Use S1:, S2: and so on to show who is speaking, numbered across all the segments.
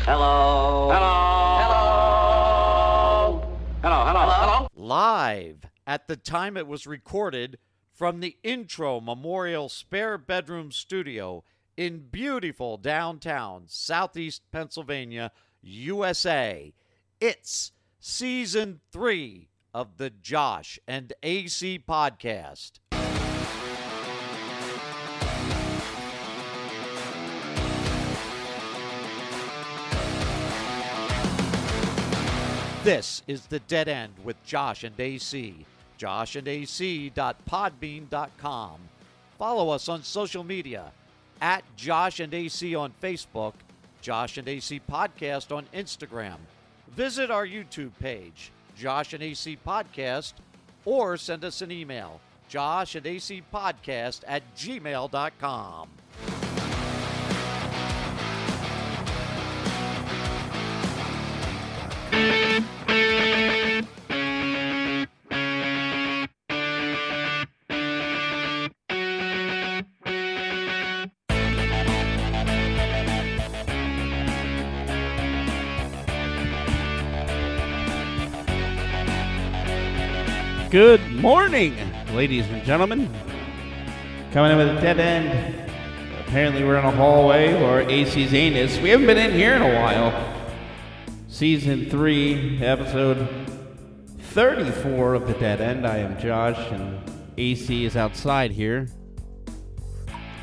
S1: Hello. Hello.
S2: Hello, hello, hello.
S3: live at the time it was recorded from the Intro Memorial Spare Bedroom Studio in beautiful downtown Southeast Pennsylvania, USA. It's season three of the Josh and AC podcast. This is The Dead End with Josh and AC. joshandac.podbean.com. Follow us on social media at Josh and AC on Facebook, Josh and AC Podcast on Instagram. Visit our YouTube page, Josh and AC Podcast, or send us an email, Josh and AC Podcast at gmail.com.
S4: Good morning, ladies and gentlemen. Coming in with a dead end. Apparently, we're in a hallway or AC's anus. We haven't been in here in a while. Season 3, episode 34 of The Dead End. I am Josh, and AC is outside here.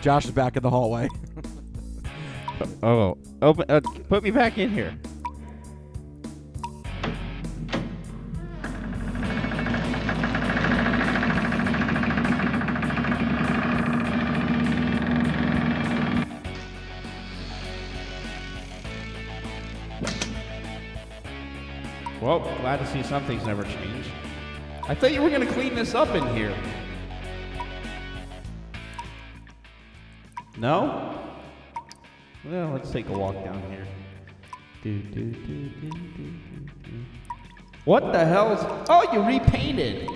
S5: Josh is back in the hallway.
S4: Oh, open, uh, put me back in here. Well, glad to see something's never changed. I thought you were going to clean this up in here. No? Well, let's take a walk down here. Do, do, do, do, do, do, do. What the hell is. Oh, you repainted!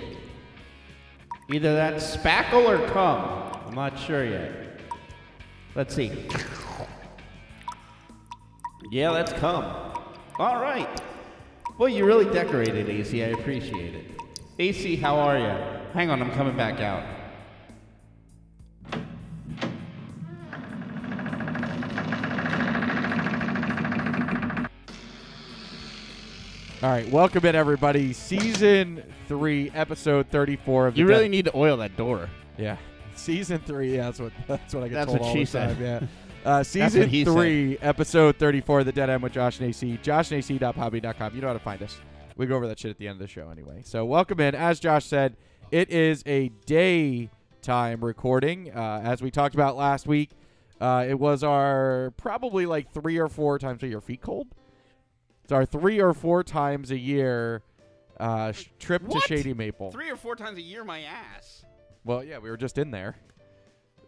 S4: Either that spackle or cum. I'm not sure yet. Let's see. Yeah, that's cum. All right. Well, you really decorated, AC. I appreciate it. AC, how are you? Hang on, I'm coming back out.
S5: All right, welcome in everybody. Season three, episode thirty-four of
S4: You
S5: the
S4: really
S5: Dead-
S4: need to oil that door.
S5: yeah. Season three, yeah, that's what that's what I get
S4: That's
S5: told
S4: what
S5: all
S4: she
S5: the time.
S4: said.
S5: Yeah. Uh,
S4: what
S5: season
S4: he said.
S5: three, episode thirty-four of the Dead End with Josh and AC. JoshandAC.hobby.com. You know how to find us. We go over that shit at the end of the show anyway. So welcome in. As Josh said, it is a daytime recording. Uh, as we talked about last week, uh, it was our probably like three or four times. Are your feet cold? It's our three or four times a year uh, sh- trip
S4: What?
S5: to Shady Maple.
S4: Three or four times a year, my ass.
S5: Well, yeah, we were just in there.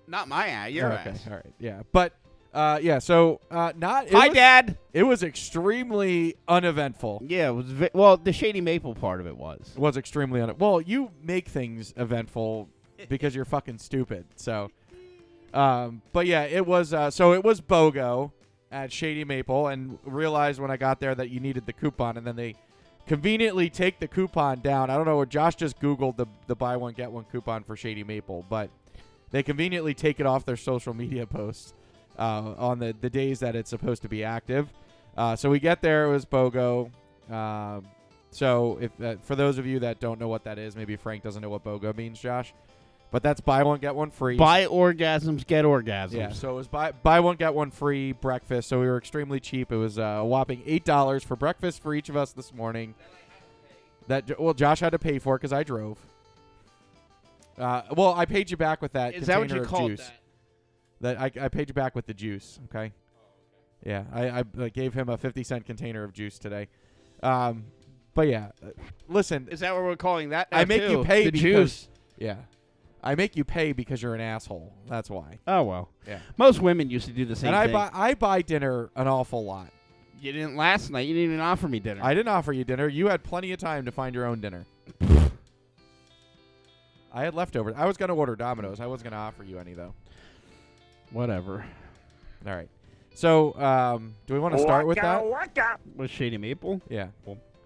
S4: Not my ass, your
S5: okay,
S4: ass.
S5: all right, yeah, but uh, yeah, so uh, not it
S4: Hi,
S5: was,
S4: Dad.
S5: It was extremely uneventful.
S4: Yeah, it was ve- well, the Shady Maple part of it was.
S5: It was extremely une- well. You make things eventful because you're fucking stupid. So, um, but yeah, it was. Uh, so it was BOGO at Shady Maple, and realized when I got there that you needed the coupon, and then they conveniently take the coupon down. I don't know. Josh just googled the the buy one get one coupon for Shady Maple, but they conveniently take it off their social media posts uh, on the the days that it's supposed to be active. Uh, so we get there. It was BOGO. Um, so, if uh, for those of you that don't know what that is, maybe Frank doesn't know what BOGO means, Josh. But that's buy one get one free.
S4: Buy orgasms, get orgasms.
S5: yeah. So it was buy buy one get one free breakfast. So we were extremely cheap. It was uh, a whopping eight dollars for breakfast for each of us this morning. That well, Josh had to pay for it because I drove. Uh, well, I paid you back with that.
S4: Is that what
S5: container
S4: you
S5: of
S4: called
S5: juice.
S4: that? Oh,
S5: That I, I paid you back with the juice. Okay. Yeah, I, I uh, gave him a fifty cent container of juice today. Um, but yeah, uh, listen,
S4: Is that what we're calling that?
S5: I
S4: now,
S5: make you
S4: too?
S5: pay
S4: the
S5: because-
S4: juice.
S5: Yeah. I make you pay because you're an asshole. That's why.
S4: Oh well.
S5: Yeah.
S4: Most women used to do the same
S5: and I
S4: thing.
S5: buy I buy dinner an awful lot.
S4: you didn't last night. You didn't even offer me dinner.
S5: I didn't offer you dinner. You had plenty of time to find your own dinner. I had leftovers. I was gonna order Domino's. I wasn't gonna offer you any though.
S4: Whatever.
S5: All right. So, um, do we want to
S4: Oh,
S5: start with that?
S4: Was Shady Maple?
S5: Yeah.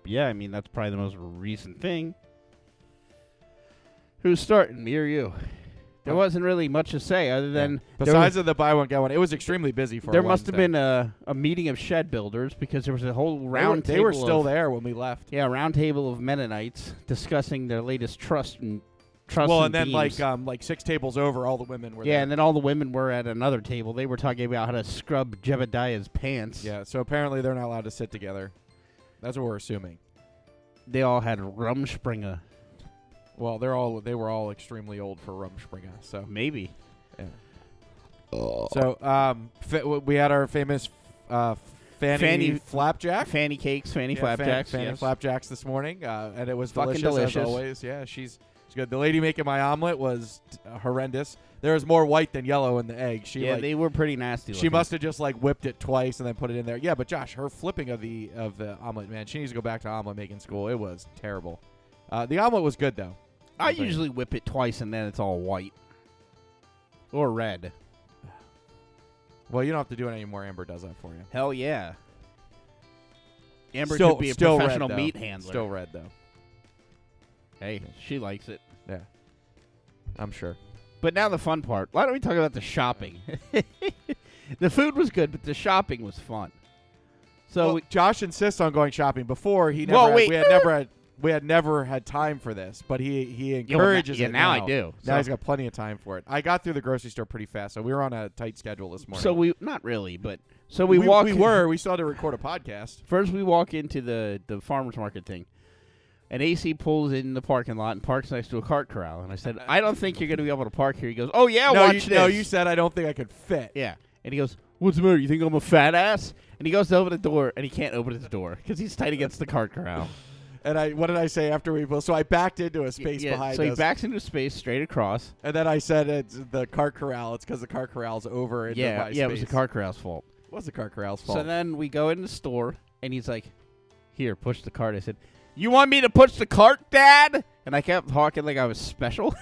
S4: Yeah, I mean that's probably the most recent thing. Who's starting, me or you? There
S5: Um,
S4: wasn't really much to say other than there was-
S5: Besides of the buy one get one, it was extremely busy for. a
S4: there must have
S5: Wednesday.
S4: been a, a meeting of shed builders because there was a whole
S5: They were-
S4: round
S5: They
S4: table
S5: were still
S4: of,
S5: there when we left.
S4: Yeah, round table of Mennonites discussing their latest trust and trust.
S5: Well, and then like
S4: beams.
S5: um, like six tables over, all the women were.
S4: yeah,
S5: there.
S4: and then all the women were at another table. They were talking about how to scrub Jebediah's pants.
S5: yeah. So apparently they're not allowed to sit together. That's what we're assuming.
S4: they all had Rumspringa.
S5: Well, they're all they were all extremely old for Rumspringa. So
S4: Maybe.
S5: Yeah.
S4: Oh.
S5: so um, fa- w- we had our famous uh, Fanny,
S4: Fanny-
S5: Flapjack.
S4: fanny cakes, fanny
S5: Yeah, Fan-
S4: flapjacks,
S5: Fanny
S4: yes.
S5: Flapjacks this morning, uh, and it was
S4: Fucking
S5: delicious, as
S4: delicious.
S5: always. Yeah, she's she's good. The lady making my omelet was uh, horrendous. There was more white than yellow in the egg. She
S4: yeah,
S5: like,
S4: they were pretty nasty.
S5: she
S4: looking.
S5: must have just like whipped it twice and then put it in there. Yeah, but Josh, her flipping of the of the omelet, man, she needs to go back to omelet making school. It was terrible. Uh, the omelet was good though.
S4: I
S5: Thing.
S4: usually whip it twice and then it's all white or red.
S5: Well, you don't have to do it anymore. Amber does that for you.
S4: Hell yeah. Amber
S5: still,
S4: could be a
S5: still
S4: professional
S5: red, though.
S4: meat handler.
S5: Still red though.
S4: Hey, she likes it.
S5: Yeah, I'm sure.
S4: But now the fun part. Why don't we talk about the shopping? the food was good, but the shopping was fun. So
S5: well,
S4: we,
S5: Josh insists on going shopping before he. Never
S4: Well,
S5: had,
S4: wait.
S5: we had never had we had never had time for this, but he he
S4: Yeah, well,
S5: encourages
S4: now- yeah,
S5: it.
S4: now I
S5: now
S4: do.
S5: Now
S4: So-
S5: he's got plenty of time for it. I got through the grocery store pretty fast, so we were on a tight schedule this morning.
S4: so we not really, but so we, walk.
S5: We were. We still had to record a podcast.
S4: First, we walk into the the farmers market thing, and AC pulls in the parking lot and parks next to a cart corral. And I said, "I don't think you're going to be able to park here." He goes, "Oh yeah,
S5: no,
S4: watch
S5: you,
S4: this."
S5: no, you said I don't think I could fit.
S4: yeah. And he goes, "What's the matter? You think I'm a fat ass?" And he goes to open the door, and he can't open his door because he's tight against the cart corral.
S5: And I, what did I say after we? Well, so I backed into a space
S4: Yeah,
S5: behind
S4: so he
S5: us,
S4: backs into space straight across.
S5: and then I said it's the car corral. It's because the car corral's over. into
S4: yeah,
S5: my
S4: yeah, it was the
S5: space.
S4: cart corral's fault.
S5: It was the car corral's fault.
S4: So then we go in the store, and he's like, "Here, push the cart." I said, "You want me to push the cart, Dad?" And I kept talking like I was special.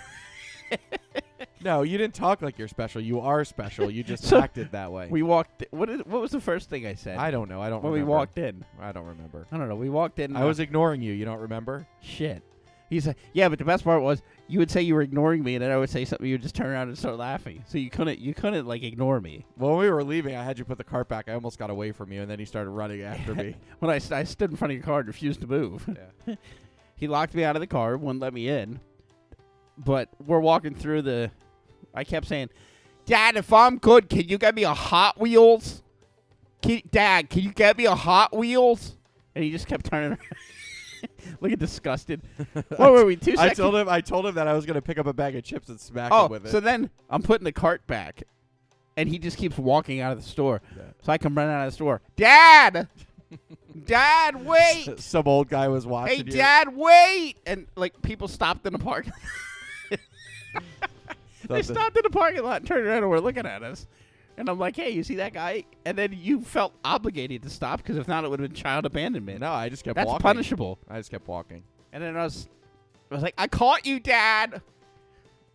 S5: no, you didn't talk like you're special. You are special. You just
S4: So-
S5: acted that way.
S4: We walked. What is? What was the first thing I said
S5: I don't know. I don't.
S4: when
S5: remember.
S4: we walked in?
S5: I don't remember.
S4: I don't know. We walked in.
S5: I was ignoring you. You don't remember?
S4: shit. He said, "Yeah, but the best part was you would say you were ignoring me, and then I would say something. You would just turn around and start laughing. So you couldn't. You couldn't like ignore me.
S5: Well, when we were leaving, I had you put the cart back. I almost got away from you, and then you started running after me.
S4: When I, st- I stood in front of your car and refused to move.
S5: Yeah.
S4: he locked me out of the car. Wouldn't let me in. But we're walking through the. I kept saying, "Dad, if I'm good, can you get me a Hot Wheels? Can, Dad, can you get me a Hot Wheels?" And he just kept turning. around. Look at disgusted. What were we? Two
S5: I
S4: seconds.
S5: told him. I told him that I was going to pick up a bag of chips and smack him
S4: oh,
S5: with it.
S4: so then I'm putting the cart back, and he just keeps walking out of the store.
S5: Yeah.
S4: So I come running out of the store. Dad, Dad, wait!
S5: Some old guy was watching
S4: hey,
S5: you.
S4: Dad, wait! And like people stopped in the park. they
S5: Something.
S4: stopped in the parking lot and turned around and were looking at us. And I'm like, hey, you see that guy? And then you felt obligated to stop because if not, it would have been child abandonment.
S5: No, I just kept
S4: That's
S5: walking.
S4: punishable.
S5: I just kept walking.
S4: And then I was, I was like, I caught you, Dad.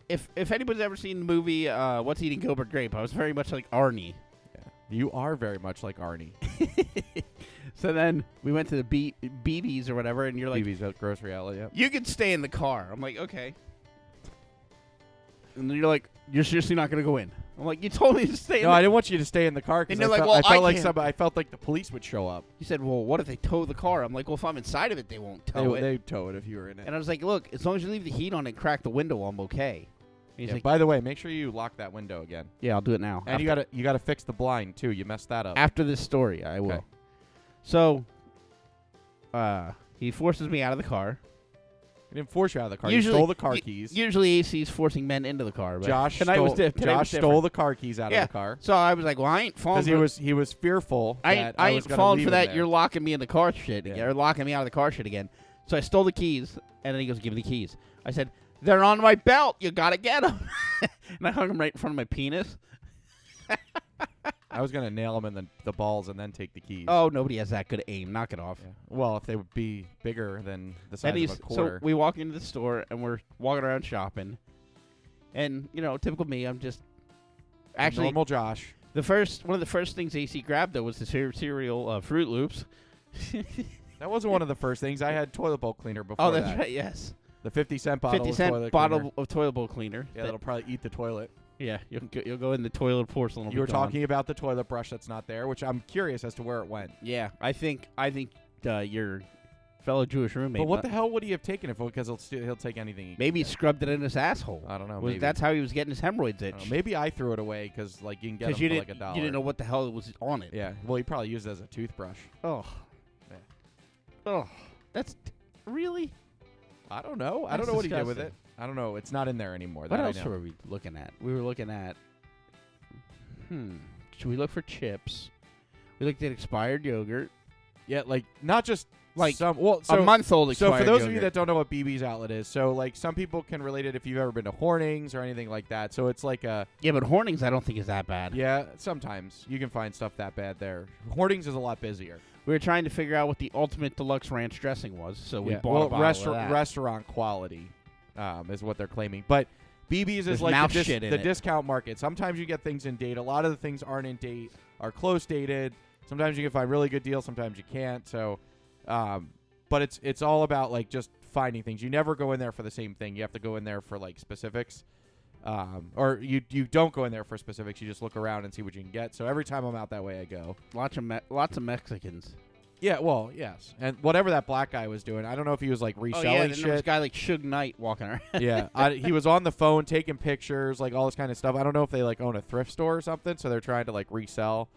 S4: If if anybody's ever seen the movie uh, What's Eating Gilbert Grape, I was very much like Arnie.
S5: You are very much like Arnie.
S4: So then we went to the B- BB's or whatever, and you're like,
S5: BB's at grocery outlet. Yep.
S4: you can stay in the car. I'm like, okay. And then you're like, you're seriously not gonna go in. I'm like, you told me to stay.
S5: No,
S4: in
S5: I
S4: the-"
S5: didn't want you to stay in the car because
S4: And
S5: I,
S4: they're like,
S5: felt-
S4: "Well,
S5: I
S4: I
S5: felt like
S4: can't."
S5: some. I felt like the police would show up.
S4: You said, well, what if they tow the car? I'm like, well, if I'm inside of it, they won't tow
S5: they
S4: it.
S5: they'd tow it if you were in it.
S4: and I was like, look, as long as you leave the heat on and crack the window, I'm okay. And he's
S5: Yeah,
S4: like,
S5: by the way, make sure you lock that window again.
S4: yeah, I'll do it now.
S5: And you gotta you gotta fix the blind too. You messed that up.
S4: after this story, I will.
S5: Okay.
S4: So, uh, he forces me out of the car.
S5: He didn't force you out of the car.
S4: usually,
S5: you stole the car
S4: u-
S5: keys.
S4: Usually, AC's forcing men into the car. But
S5: Josh
S4: tonight
S5: stole,
S4: was di- tonight was
S5: Josh
S4: different.
S5: stole the car keys out
S4: Yeah.
S5: of the car
S4: So I was like, well, I ain't falling.
S5: because he
S4: for-
S5: was he was fearful.
S4: I ain't,
S5: that
S4: I
S5: was
S4: ain't
S5: gonna
S4: falling
S5: leave
S4: for
S5: him
S4: that.
S5: there.
S4: You're locking me in the car shit
S5: Yeah.
S4: again, or locking me out of the car shit again. So I stole the keys, and then he goes, "Give me the keys." I said, "They're on my belt. You gotta get them." and I hung them right in front of my penis.
S5: I was gonna nail him in the, the balls and then take the keys.
S4: Oh, nobody has that good aim. Knock it off.
S5: Yeah. well, if they would be bigger than the size
S4: And he's
S5: of a
S4: so
S5: quarter.
S4: we walk into the store and we're walking around shopping, and you know, typical me, I'm just actually
S5: normal Josh.
S4: The first one of the first things AC grabbed though was the cere- cereal uh, Fruit Loops.
S5: That wasn't one of the first things. I had toilet bowl cleaner before.
S4: oh, that's
S5: that.
S4: right. Yes,
S5: The fifty cent bottle.
S4: fifty
S5: of
S4: cent
S5: toilet
S4: bottle
S5: cleaner.
S4: of toilet bowl cleaner. That-
S5: Yeah, that'll probably eat the toilet.
S4: yeah. You'll go, you'll go in the toilet porcelain. will
S5: You
S4: be
S5: were
S4: gone.
S5: talking about the toilet brush that's not there, which I'm curious as to where it went.
S4: Yeah, I think I think uh, your fellow Jewish roommate.
S5: But what
S4: mu-
S5: the hell would he have taken it for? Because he'll st- he'll take anything. He can
S4: Maybe he
S5: get.
S4: scrubbed it in his asshole.
S5: I don't know.
S4: Was-
S5: maybe.
S4: That's how he was getting his hemorrhoids
S5: I don't
S4: itch.
S5: know, maybe I threw it away because like you can get them
S4: you
S5: for
S4: didn't
S5: like a dollar.
S4: you didn't know what the hell was on it.
S5: Yeah. Well, he probably used it as a toothbrush.
S4: Oh.
S5: Yeah.
S4: Oh. That's really.
S5: I don't know. I
S4: That's
S5: don't know what he did with
S4: disgusting.
S5: it. I don't know. It's not in there anymore.
S4: What
S5: that I
S4: else
S5: know.
S4: were we looking at? We were looking at. Hmm. Should we look for chips? We looked at expired yogurt.
S5: Yeah, like not just
S4: Like,
S5: some. Well, so
S4: a month old
S5: So
S4: expired
S5: for those
S4: yogurt.
S5: of you that don't know what BB's Outlet is, so like some people can relate it if you've ever been to Hornings or anything like that. So it's like a
S4: yeah, but Hornings, I don't think is that bad.
S5: yeah. Sometimes you can find stuff that bad there. Hornings is a lot busier.
S4: We were trying to figure out what the ultimate deluxe ranch dressing was, so we
S5: yeah.
S4: bought a
S5: well,
S4: bottle of
S5: restaurant
S4: that.
S5: restaurant quality um, is what they're claiming, but. BB's
S4: There's
S5: is like
S4: mouse
S5: the, dis-
S4: shit in
S5: the
S4: it.
S5: discount market. Sometimes you get things in date. A lot of the things aren't in date, are close dated. Sometimes you can find really good deals. Sometimes you can't. So, um, but it's it's all about like just finding things. You never go in there for the same thing. You have to go in there for like specifics, um, or you you don't go in there for specifics. You just look around and see what you can get. So every time I'm out that way, I go.
S4: Lots of me- lots of Mexicans.
S5: Yeah, well, yes, and whatever that black guy was doing, I don't know if he was like
S4: Oh
S5: reselling
S4: yeah, and then there was
S5: shit.
S4: a guy like Suge Knight walking around.
S5: yeah, I, he was on the phone taking pictures, like all this kind of stuff. I don't know if they like own a thrift store or something, so they're trying to like resell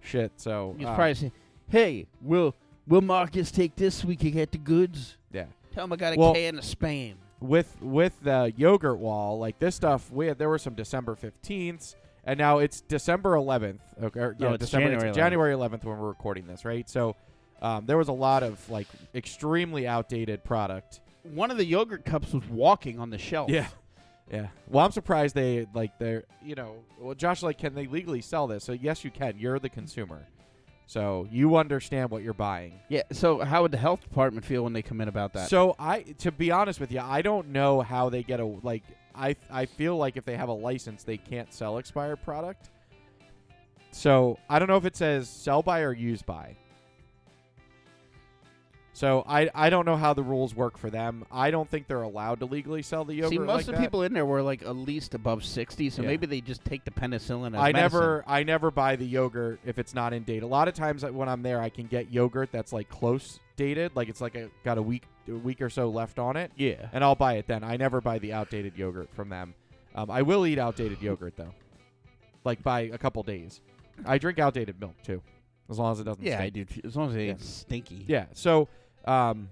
S5: shit. So
S4: He's
S5: um,
S4: probably saying, "Hey, will will Marcus take this week and get the goods?
S5: yeah.
S4: Tell him I got a
S5: Well-
S4: can of spam."
S5: with with the yogurt wall, like this stuff, we had there were some December fifteenths, and now it's December eleventh. Okay, or,
S4: No,
S5: yeah,
S4: it's
S5: December
S4: January 11th.
S5: January eleventh when we're recording this, right? So um, there was a lot of like extremely outdated product.
S4: One of the yogurt cups was walking on the
S5: Oh.
S4: shelf.
S5: yeah. Well, I'm surprised they like they're you know. Well, Josh, like, can they legally sell this? So yes, you can. You're the consumer, so you understand what you're buying.
S4: yeah. So how would the health department feel when they come in about that?
S5: So I, to be honest with you, I don't know how they get a like. I I feel like if they have a license, they can't sell expired product. So I don't know if it says sell by or use by. So I I don't know how the rules work for them. I don't think they're allowed to legally sell the yogurt.
S4: See, most
S5: like
S4: of the
S5: that.
S4: people in there were like at least above sixty, so
S5: Yeah.
S4: maybe they just take the penicillin. As medicine.
S5: I never I never buy the yogurt if it's not in date. A lot of times like, when I'm there, I can get yogurt that's like close dated, like it's like a, got a week a week or so left on it.
S4: Yeah.
S5: and I'll buy it then. I never buy the outdated yogurt from them. Um, I will eat outdated yogurt though, like by a couple days. I drink outdated milk too, as long as it doesn't.
S4: Yeah, I
S5: stink.
S4: do. too, As long as they
S5: Yeah.
S4: ain't stinky.
S5: Yeah. So, um,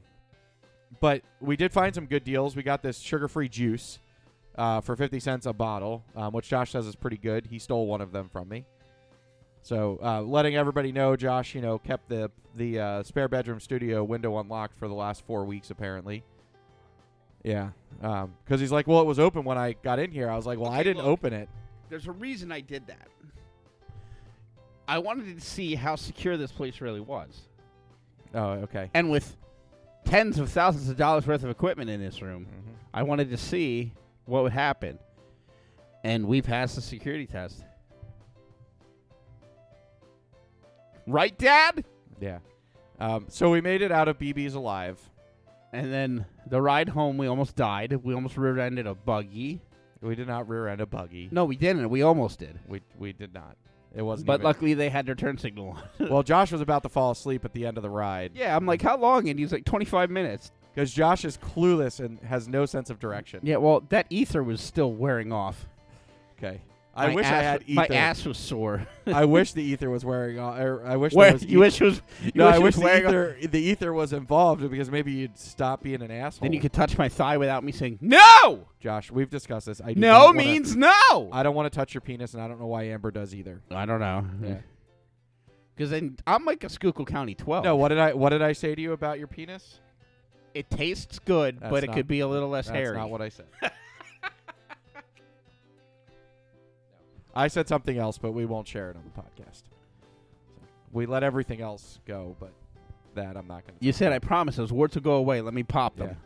S5: but we did find some good deals. We got this sugar-free juice uh, for fifty cents a bottle, um, which Josh says is pretty good. He stole one of them from me. So, uh, letting everybody know, Josh, you know, kept the the uh, spare bedroom studio window unlocked for the last four weeks, apparently. Yeah, because he's like, well, it was open when I got in here. I was like, well, I
S4: Okay,
S5: didn't
S4: look.
S5: open it.
S4: There's a reason I did that. I wanted to see how secure this place really was.
S5: Oh, okay.
S4: And with tens of thousands of dollars worth of equipment in this room,
S5: Mhm.
S4: I wanted to see what would happen. And we passed the security test. Right, Dad?
S5: Yeah. Um, so we made it out of BB's alive.
S4: And then the ride home, we almost died. We almost rear ended a buggy.
S5: We did not rear end a buggy.
S4: No, we didn't. We almost did.
S5: We we did not. It wasn't.
S4: But
S5: even-
S4: luckily, they had their turn signal on.
S5: well, Josh was about to fall asleep at the end of the ride
S4: yeah, I'm like, how long? And he's like, 25 minutes.
S5: because Josh is clueless and has no sense of direction.
S4: Yeah, well, that ether was still wearing off.
S5: Okay. I
S4: My
S5: wish I
S4: ass-
S5: had ether.
S4: My ass was sore.
S5: I wish the ether was wearing. on- Or I wish there
S4: Where,
S5: was.
S4: you wish
S5: eth-
S4: it was. You
S5: no,
S4: wish
S5: I
S4: it
S5: wish
S4: was
S5: the
S4: wearing off.
S5: ether, the ether was involved because maybe you'd stop being an asshole.
S4: Then you could touch my thigh without me saying no.
S5: Josh, we've discussed this. I do
S4: No
S5: not wanna-
S4: means no.
S5: I don't want to touch your penis, and I don't know why Amber does either.
S4: I don't know.
S5: Yeah.
S4: Because then I'm like a Schuylkill County 12.
S5: No, what did I? What did I say to you about your penis?
S4: it tastes good,
S5: That's
S4: but it
S5: not-
S4: could be a little less
S5: That's
S4: hairy.
S5: not what I said. I said something else, but we won't share it on the podcast. So, we let everything else go, but that I'm not going to.
S4: you said I promise those warts will go away. Let me pop them.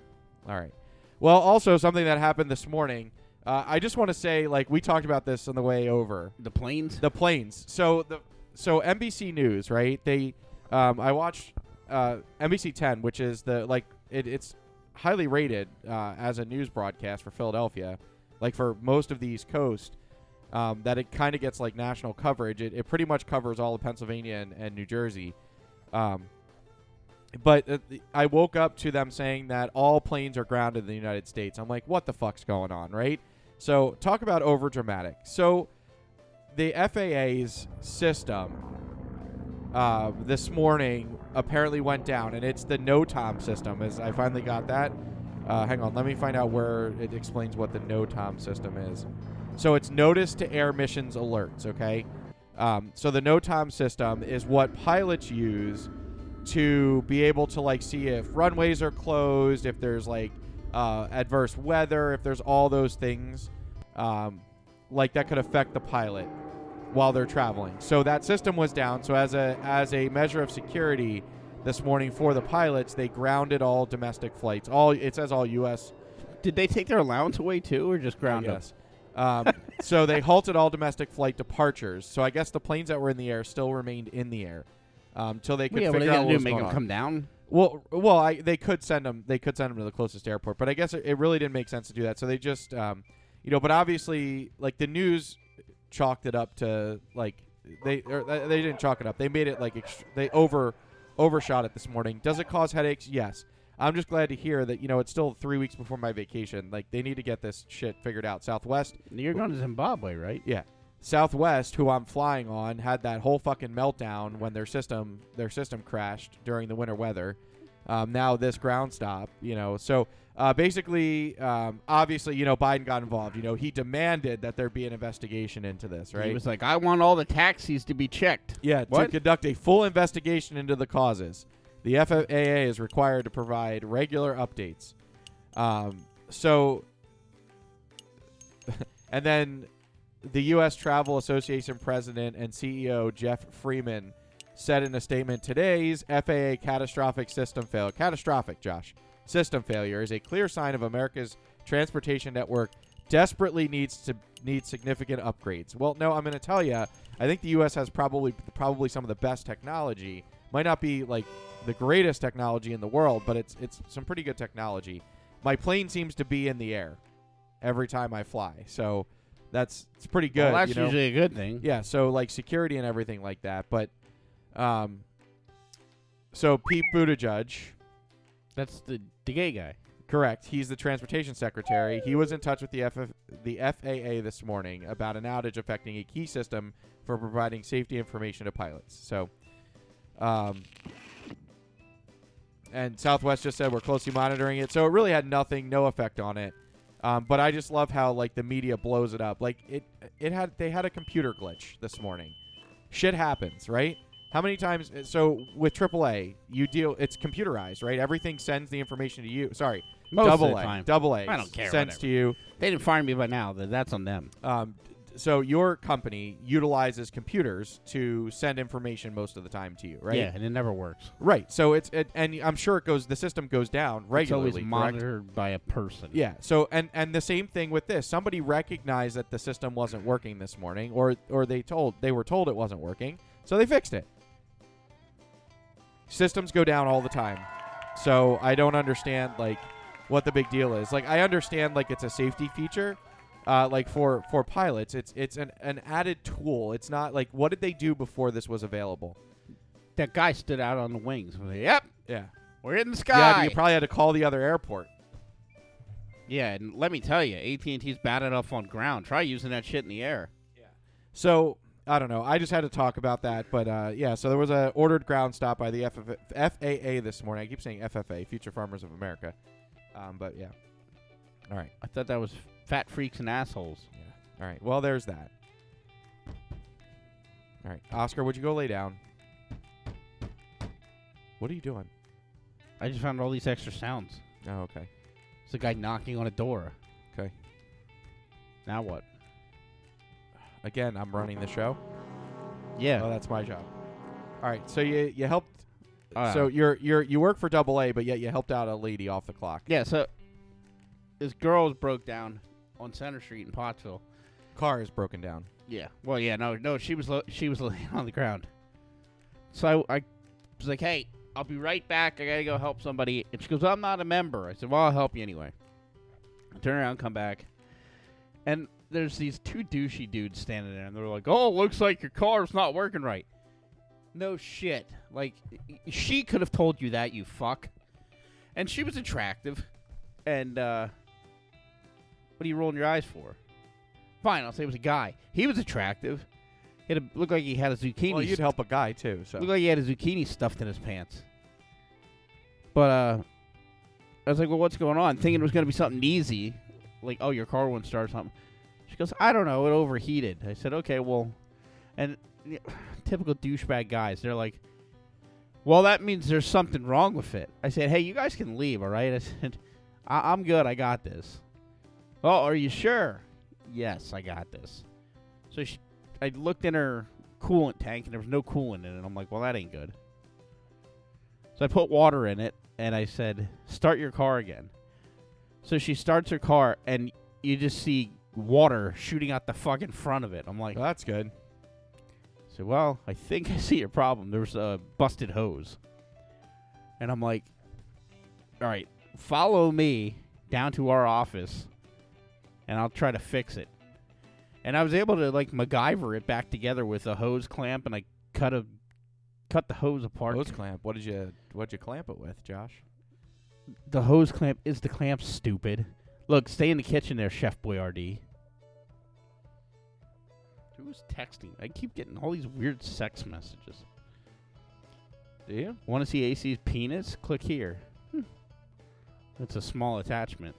S5: All right. Well, also something that happened this morning. Uh, I just want to say, like we talked about this on the way over,
S4: The planes.
S5: the planes. So the so NBC News, right? They, um, I watched uh, NBC Ten, which is the like it, it's highly rated uh, as a news broadcast for Philadelphia, like for most of the East Coast. Um, that it kind of gets like national coverage. It, it pretty much covers all of Pennsylvania and, and New Jersey. Um, but uh, the- I woke up to them saying that all planes are grounded in the United States. I'm like, what the fuck's going on, right? So talk about overdramatic. So the FAA's system uh, this morning apparently went down, and it's the no tom system. Is I finally got that. Uh, hang on, let me find out where it explains what the no tom system is. So it's notice to air missions alerts. Okay, um, so the no tom system is what pilots use to be able to like see if runways are closed, if there's like uh, adverse weather, if there's all those things um, like that could affect the pilot while they're traveling. So that system was down. So as a as a measure of security this morning for the pilots, they grounded all domestic flights. All it says all U.S.
S4: Did they take their allowance away too, or just ground us?
S5: Yes. Um, so they halted all domestic flight departures. So I guess the planes that were in the air still remained in the air um, till they could
S4: yeah, what are
S5: figure
S4: they
S5: out
S4: gonna
S5: what
S4: do?
S5: was
S4: Make
S5: going
S4: them
S5: on.
S4: come down?
S5: Well, well, I, they could send them. They could send them to the closest airport, but I guess it, it really didn't make sense to do that. So they just, um, you know, but obviously, like the news chalked it up to like they or th- they didn't chalk it up. They made it like ext- they over overshot it this morning. Does it cause headaches? Yes. I'm just glad to hear that you know it's still three weeks before my vacation. Like they need to get this shit figured out. Southwest
S4: You're going to Zimbabwe, right?
S5: yeah. Southwest, who I'm flying on, had that whole fucking meltdown when their system their system crashed during the winter weather. Um, now this ground stop, you know. So uh, basically, um, obviously, you know, Biden got involved. You know, he demanded that there be an investigation into this, right?
S4: He was like, I want all the taxis to be checked.
S5: Yeah, to
S4: What?
S5: conduct a full investigation into the causes. The FAA is required to provide regular updates. Um, so, and then the U.S. Travel Association president and CEO Jeff Freeman said in a statement today's FAA catastrophic system fail catastrophic Josh system failure is a clear sign of America's transportation network desperately needs to need significant upgrades. Well, no, I'm going to tell you, I think the US has probably probably some of the best technology. Might not be like the greatest technology in the world, but it's it's some pretty good technology. My plane seems to be in the air every time I fly. So that's it's pretty good,
S4: Well, that's
S5: you know?
S4: usually a good thing.
S5: Yeah, so like security and everything like that. But, um, so Pete Buttigieg,
S4: That's the, the gay guy.
S5: correct? He's the transportation secretary. He was in touch with the F- the FAA this morning about an outage affecting a key system for providing safety information to pilots. So, um, and Southwest just said we're closely monitoring it. So it really had nothing, no effect on it. Um, but I just love how like the media blows it up. Like it, it had they had a computer glitch this morning. Shit happens, right? How many times? uh, So with AAA, you deal. It's computerized, right? Everything sends the information to you. Sorry,
S4: Most of
S5: double
S4: the
S5: A,
S4: time.
S5: double A
S4: I don't care,
S5: sends
S4: whatever.
S5: to you.
S4: They didn't fire me by now. th- That's on them.
S5: Um, d- so your company utilizes computers to send information most of the time to you, right?
S4: Yeah, and it never works.
S5: Right. So it's it, and I'm sure it goes. The system goes down regularly.
S4: it's always
S5: correct?
S4: monitored by a person.
S5: Yeah. So and and the same thing with this. Somebody recognized that the system wasn't working this morning, or or they told they were told it wasn't working, so they fixed it. Systems go down all the time, so I don't understand like what the big deal is. Like I understand like it's a safety feature. Uh, like for for pilots, it's it's an, an added tool. It's not like what did they do before this was available?
S4: That guy stood out on the wings. and was like, yep,
S5: Yeah,
S4: we're in the sky.
S5: yeah. but You probably had to call the other airport.
S4: Yeah, and let me tell you, AT&T's bad enough on ground. Try using that shit in the air.
S5: So I don't know. I just had to talk about that, but uh, yeah. So there was a ordered ground stop by the FF- FAA this morning. I keep saying FFA, Future Farmers of America, um, but yeah. All right,
S4: I thought that was fat freaks and assholes.
S5: all right. Well, there's that. All right, Oscar, would you go lay down? What are you doing?
S4: I just found all these extra sounds.
S5: Oh, okay.
S4: It's a guy knocking on a door.
S5: Okay.
S4: Now what?
S5: Again, I'm running the show.
S4: Yeah.
S5: Oh, that's my job. All right. So you you helped.
S4: Uh,
S5: so you're you're you work for Double A, but yet you helped out a lady off the clock.
S4: yeah, so this girl broke down on Center Street in Pottsville.
S5: Car is broken down.
S4: Yeah. Well, yeah. No, no. She was lo- she was laying on the ground. So I, I was like, "Hey, I'll be right back. I gotta go help somebody." And she goes, "I'm not a member." I said, "Well, I'll help you anyway." I turn around, come back, and there's these two douchey dudes standing there, and they're like, "Oh, looks like your car's not working right." No shit. Like, y- she could have told you that, you fuck. And she was attractive, and uh, what are you rolling your eyes for? Fine, I'll say it was a guy. He was attractive. He had a, looked like he had a zucchini.
S5: Well, you'd
S4: st-
S5: help a guy too. So
S4: Looked like he had a zucchini stuffed in his pants. But uh, I was like, "Well, what's going on?" Thinking it was going to be something easy, like, "Oh, your car won't start." Or something. She goes, "I don't know. It overheated." I said, "Okay, well," and y- typical douchebag guys, they're like, "Well, that means there's something wrong with it." I said, "Hey, you guys can leave, all right?" I said, I- "I'm good. I got this." Oh, are you sure? Yes, I got this. So she, I looked in her coolant tank and there was no coolant in it. I'm like, well, that ain't good. So I put water in it and I said, start your car again. So she starts her car and you just see water shooting out the fucking front of it. I'm like,
S5: Well, that's good.
S4: so well, I think I see your problem. There was a busted hose. And I'm like, all right, follow me down to our office and I'll try to fix it. And I was able to like MacGyver it back together with a hose clamp and I cut a cut the hose apart.
S5: Hose clamp. What did you What did you clamp it with, Josh?
S4: the hose clamp is the clamp, stupid. Look, stay in the kitchen there, Chef Boyardee. Who's texting? I keep getting all these weird sex messages.
S5: Do you?
S4: Want to see AC's penis? Click here. Hmm. That's a small attachment.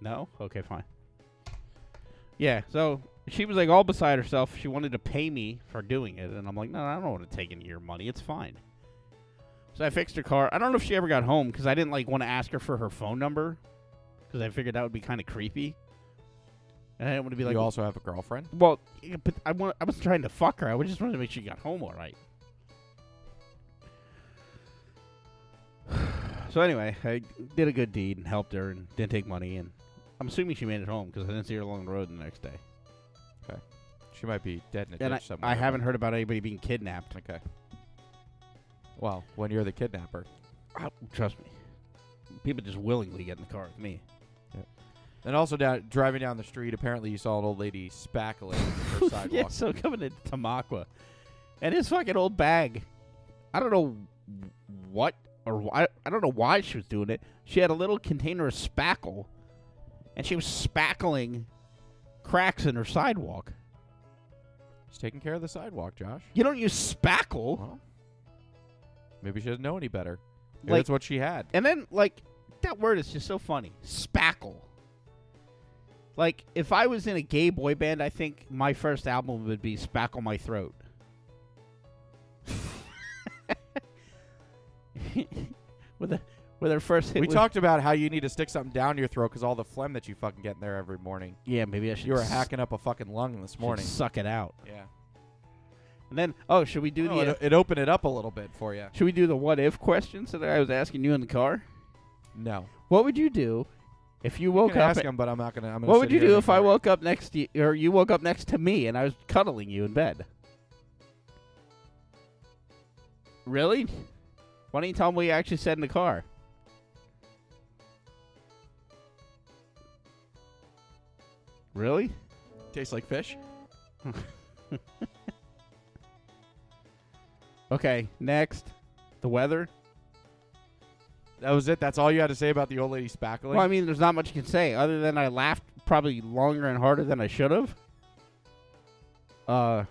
S4: No? Okay, fine. Yeah, so she was like all beside herself. She wanted to pay me for doing it, and I'm like, no, I don't want to take any of your money. It's fine. So I fixed her car. I don't know if she ever got home because I didn't like want to ask her for her phone number because I figured that would be kind of creepy, and I didn't want to be like,
S5: you also have a girlfriend?
S4: well, yeah, but I want. I was trying to fuck her. I was just wanted to make sure you got home all right. So anyway, I did a good deed and helped her and didn't take money. And I'm assuming she made it home because I didn't see her along the road the next day.
S5: She might be dead in a
S4: And
S5: ditch
S4: I,
S5: somewhere.
S4: I haven't heard about anybody being kidnapped.
S5: Okay. Well, when you're the kidnapper,
S4: I- trust me, people just willingly get in the car with me.
S5: and also down, driving down the street, apparently you saw an old lady spackling her sidewalk.
S4: yeah, so coming to Tamaqua, and his fucking old bag. I don't know what or why. I don't know why she was doing it. She had a little container of spackle, and she was spackling cracks in her sidewalk.
S5: She's taking care of the sidewalk, Josh.
S4: You don't use spackle,
S5: Well, maybe she doesn't know any better. Maybe
S4: Like-
S5: that's what she had.
S4: and then like that word is just so funny. Spackle. Like if I was in a gay boy band, I think my first album would be Spackle My Throat. with a with her first hit
S5: We
S4: was-
S5: talked about how you need to stick something down your throat because all the phlegm that you fucking get in there every morning.
S4: Yeah, maybe I should
S5: You were
S4: s-
S5: hacking up a fucking lung this
S4: should
S5: morning.
S4: Suck it out.
S5: Yeah.
S4: And then oh, should we do
S5: No,
S4: the
S5: it, it opened it up a little bit for you.
S4: should we do the what if questions that I was asking you in the car?
S5: No.
S4: What would you do if you woke
S5: I can
S4: up
S5: ask him, but I'm not gonna. I'm gonna
S4: What
S5: sit
S4: would you
S5: here
S4: do
S5: and
S4: if I
S5: ignore
S4: woke up next to you, or you woke up next to me and I was cuddling you in bed? Really? Why don't you tell me what you actually said in the car? Really?
S5: you. Tastes like fish.
S4: Okay, next. The weather?
S5: That was it. That's all you had to say about the old lady spackling.
S4: Well, I mean, there's not much you can say other than I laughed probably longer and harder than I should have. Uh,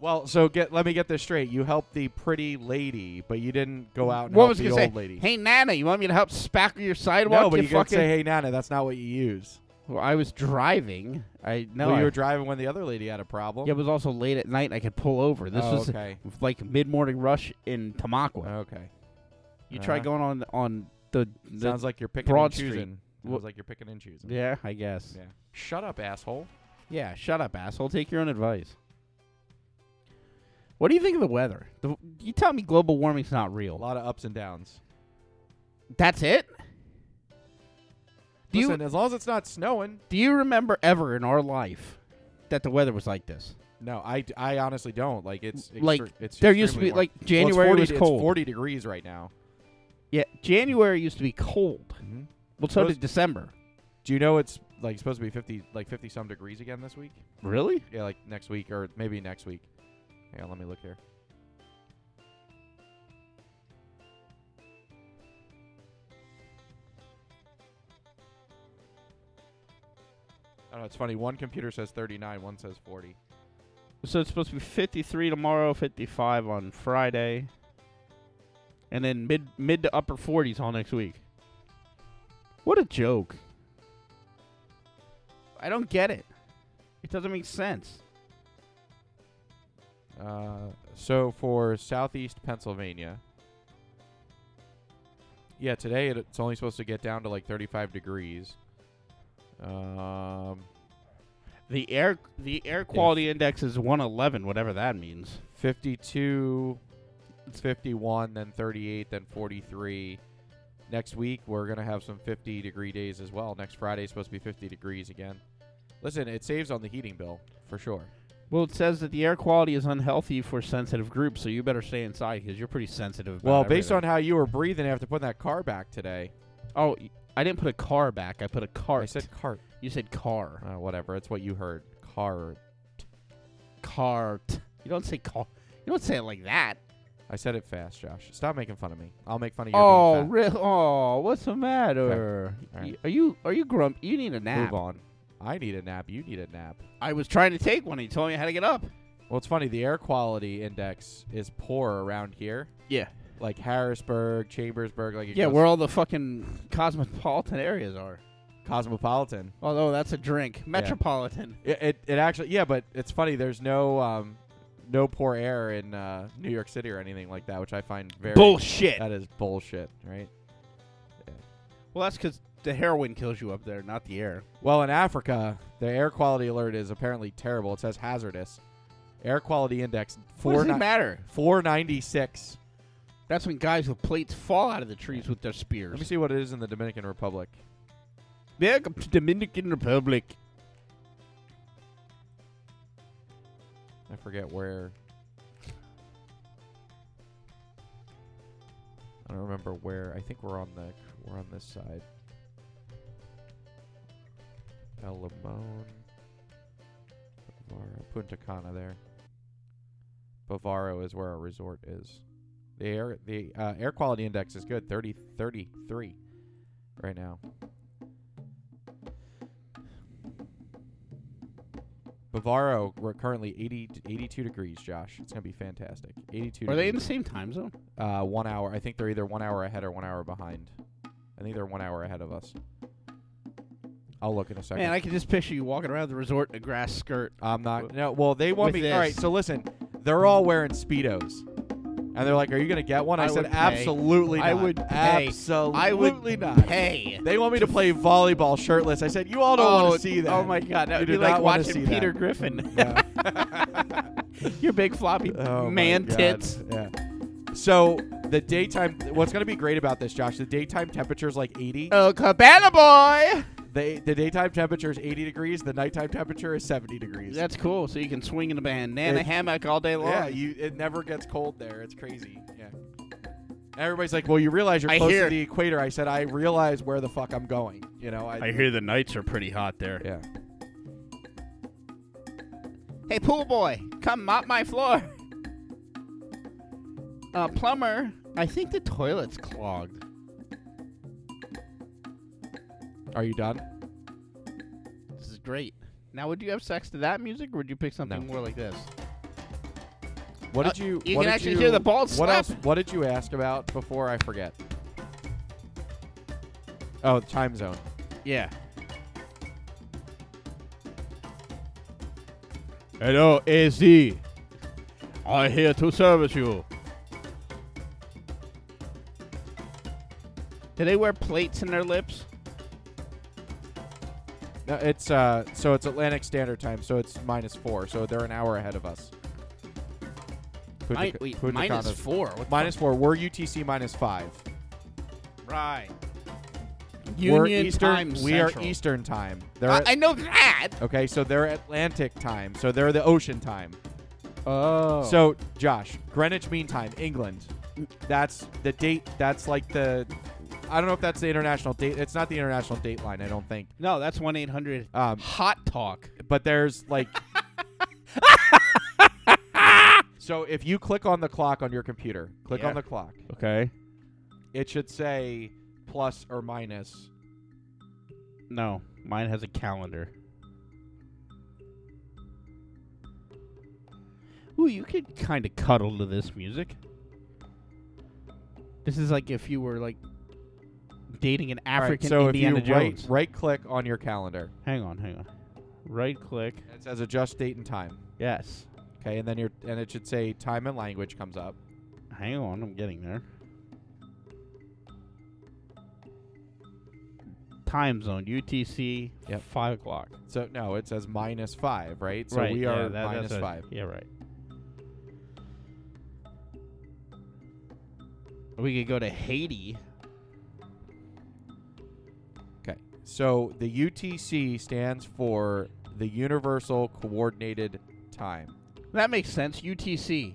S5: Well, so get let me get this straight. You helped the pretty lady, but you didn't go out and
S4: what
S5: help
S4: was I
S5: the
S4: gonna
S5: old
S4: say?
S5: lady.
S4: Hey, Nana, you want me to help spackle your sidewalk?
S5: no, but you could
S4: fucking
S5: say, "Hey, Nana," that's not what you use.
S4: Well, I was driving. I no.
S5: well,
S4: I-
S5: you were driving when the other lady had a problem.
S4: yeah, it was also late at night. and I could pull over. This
S5: oh,
S4: was
S5: okay.
S4: like mid morning rush in Tamaqua.
S5: Okay.
S4: you try
S5: uh-huh.
S4: going on on the, the
S5: Sounds like you're picking
S4: Broad
S5: and
S4: Street.
S5: choosing.
S4: Wha-
S5: Sounds like you're picking and choosing.
S4: yeah, I guess.
S5: Yeah. Shut up, asshole.
S4: Yeah, shut up, asshole. Take your own advice. What do you think of the weather? The, you tell me global warming's not
S5: A
S4: real.
S5: lot of ups and downs.
S4: That's it. Do you
S5: Listen, as long as it's not snowing.
S4: do you remember ever in our life that the weather was like this?
S5: No, I, I honestly don't. Like it's extre-
S4: Like,
S5: it's
S4: there used to
S5: extremely
S4: be,
S5: warm.
S4: like,
S5: Well, it's
S4: January
S5: 40
S4: was
S5: it's
S4: cold.
S5: 40 degrees right now.
S4: Yeah, January used to be cold.
S5: Mhm.
S4: Well, so
S5: Those-
S4: did December.
S5: Do you know it's like supposed to be 50 like 50 some degrees again this week?
S4: Really?
S5: Yeah, like next week or maybe next week. Yeah, let me look here. I don't know, it's funny. One computer says 39, one says 40.
S4: So it's supposed to be 53 tomorrow, 55 on Friday, and then mid mid to upper 40s all next week. What a joke! I don't get it. It doesn't make sense.
S5: Uh, so for southeast Pennsylvania, yeah, today it, it's only supposed to get down to like 35 degrees. Um,
S4: The air the air quality index is 111, whatever that means.
S5: 52, 51, then 38, then 43. Next week, we're going to have some 50 degree days as well. Next Friday is supposed to be 50 degrees again. Listen, it saves on the heating bill for sure.
S4: Well, it says that the air quality is unhealthy for sensitive groups, so you better stay inside because you're pretty sensitive. About
S5: Well, based on
S4: everything.
S5: how you were breathing after putting that car back today,
S4: oh, y- I didn't put a car back. I put a cart.
S5: I said cart.
S4: you said car.
S5: Uh, whatever, it's what you heard. Car.
S4: Cart. You don't say car. You don't say it like that.
S5: I said it fast, Josh. Stop making fun of me. I'll make fun of you.
S4: Oh, real? Oh, what's the matter?
S5: All right.
S4: Y- Are you are you grump? You need a nap.
S5: Move on. I need a nap. You need a nap.
S4: I was trying to take one. He told me how to get up.
S5: Well, it's funny. The air quality index is poor around here.
S4: Yeah,
S5: like Harrisburg, Chambersburg, like it
S4: yeah.
S5: goes
S4: Where all the fucking cosmopolitan areas are.
S5: cosmopolitan.
S4: Although that's a drink. Metropolitan.
S5: It, it it actually yeah, but it's funny. There's no um no poor air in uh, New York City or anything like that, which I find very
S4: Bullshit.
S5: That is bullshit, right?
S4: well, that's because the heroin kills you up there, not the air.
S5: Well, in Africa, the air quality alert is apparently terrible. It says hazardous. Air quality index
S4: What does
S5: four
S4: it matter?
S5: four ninety six.
S4: That's when guys with plates fall out of the trees with their
S5: Let me
S4: spears.
S5: see what it is in the Dominican Republic.
S4: Welcome to Dominican Republic.
S5: I forget where. I don't remember where. I think we're on the we're on this side. El Limon, Bavaro, Punta Cana. There, Bavaro is where our resort is. The air the uh, air quality index is good, 30, 33 right now. Bavaro, we're currently 80, 82 degrees, Josh. It's going to be fantastic. 82
S4: Are
S5: degrees.
S4: they in the same time zone?
S5: Uh, one hour. I think they're either one hour ahead or one hour behind. I think they're one hour ahead of us. I'll look in a second.
S4: Man, I can just picture you walking around the resort in a grass skirt.
S5: I, am not. No. Well, they want me.
S4: With
S5: All right.
S4: this.
S5: So listen, they're all wearing speedos, and they're like, "Are you gonna get one?" I,
S4: I
S5: said,
S4: would pay.
S5: "Absolutely
S4: I
S5: not.
S4: would pay.
S5: Absolutely
S4: I would
S5: not."
S4: pay.
S5: They want me to play volleyball shirtless. I said, "You all don't want to see that."
S4: Oh my god, that
S5: You
S4: would
S5: do
S4: be like
S5: not wanna
S4: watching
S5: see
S4: Peter
S5: that.
S4: Griffin.
S5: Yeah.
S4: Your big floppy
S5: Oh my
S4: man
S5: God.
S4: tits.
S5: Yeah. So the daytime. What's gonna be great about this, Josh? The daytime temperature is like 80.
S4: Oh, cabana boy.
S5: The, the daytime temperature is 80 degrees. The nighttime temperature is 70 degrees.
S4: That's cool. So you can swing in a banana
S5: It's-
S4: hammock all day long.
S5: yeah, you it never gets cold there. It's crazy. Yeah. Everybody's like, "Well, you realize you're
S4: I
S5: close
S4: hear-
S5: to the equator." I said, "I realize where the fuck I'm going." You know, I,
S4: hear the nights are pretty hot there.
S5: Yeah.
S4: Hey, pool boy, come mop my floor. Uh, plumber, I think the toilet's clogged.
S5: Are you done?
S4: This is great. Now, would you have sex to that music, or would you pick something
S5: No.
S4: more like this?
S5: What
S4: Uh,
S5: did you?
S4: you can
S5: what did
S4: actually
S5: you-
S4: hear the ball
S5: What
S4: slap.
S5: else? What did you ask about before I forget? Oh, the time zone.
S4: Yeah. Hello, AZ. I'm here to service you. Do they wear plates in their lips?
S5: No, it's uh, so it's Atlantic Standard Time, so it's minus four, so they're an hour ahead of us. Punta
S4: Mi-
S5: Ca-
S4: wait,
S5: Punta
S4: minus
S5: Cana's-
S4: four. What the
S5: Minus four. We're UTC minus five.
S4: Right.
S5: We're
S1: Union
S5: Eastern.
S1: Time
S5: we are
S1: Central.
S5: Eastern time. They're
S1: I,
S5: at-
S1: I know that.
S5: okay, so they're Atlantic time. So they're the ocean time.
S1: Oh.
S5: So Josh, Greenwich Mean Time, England. That's the date. That's like the. I don't know if that's the international date. It's not the international date line. I don't think.
S4: No, that's one eight hundred
S5: Um,
S4: hot talk.
S5: but there's like. so if you click on the clock on your computer, click
S4: Yeah.
S5: on the clock.
S4: Okay.
S5: It should say plus or minus.
S4: No, mine has a calendar. Ooh, you could kind of cuddle to this music. This is like if you were like dating an
S5: All right,
S4: African
S5: so
S4: Indiana
S5: if you
S4: Jones.
S5: right right click on your calendar,
S4: hang on, hang on. Right click.
S5: and it says adjust date and time.
S4: Yes.
S5: Okay, and then your and it should say time and language comes up.
S4: Hang on, I'm getting there. Time zone UTC.
S5: Yep.
S4: Five o'clock.
S5: So no, it says minus five, right? So
S4: right.
S5: we
S4: yeah,
S5: are
S4: that- that's
S5: minus
S4: what-
S5: five.
S4: Yeah. Right. We could go to Haiti.
S5: Okay. So the UTC stands for the Universal Coordinated Time.
S4: That makes sense. UTC.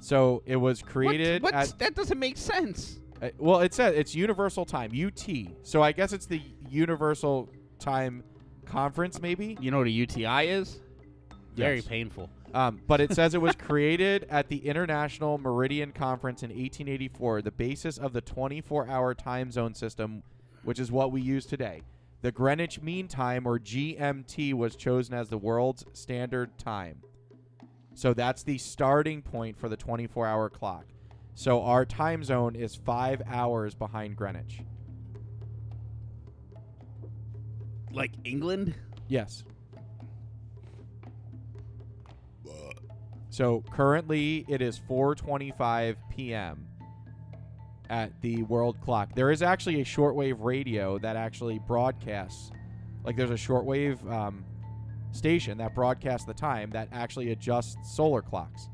S5: So it was created
S4: What?
S5: at
S4: What's- that doesn't make sense.
S5: uh, well, it said it's Universal Time UT. So I guess it's the Universal Time Conference, maybe.
S4: You know what a UTI is? Very
S5: Yes.
S4: painful.
S5: Um, but it says it was created at the International Meridian Conference in 1884, the basis of the 24 hour time zone system, which is what we use today. The Greenwich Mean Time, or GMT, was chosen as the world's standard time. So that's the starting point for the 24 hour clock. So our time zone is five hours behind Greenwich.
S4: Like England.
S5: Yes. So currently it is 4:25 p.m. at the world clock. There is actually a shortwave radio that actually broadcasts, like there's a shortwave um, station that broadcasts the time that actually adjusts solar clocks.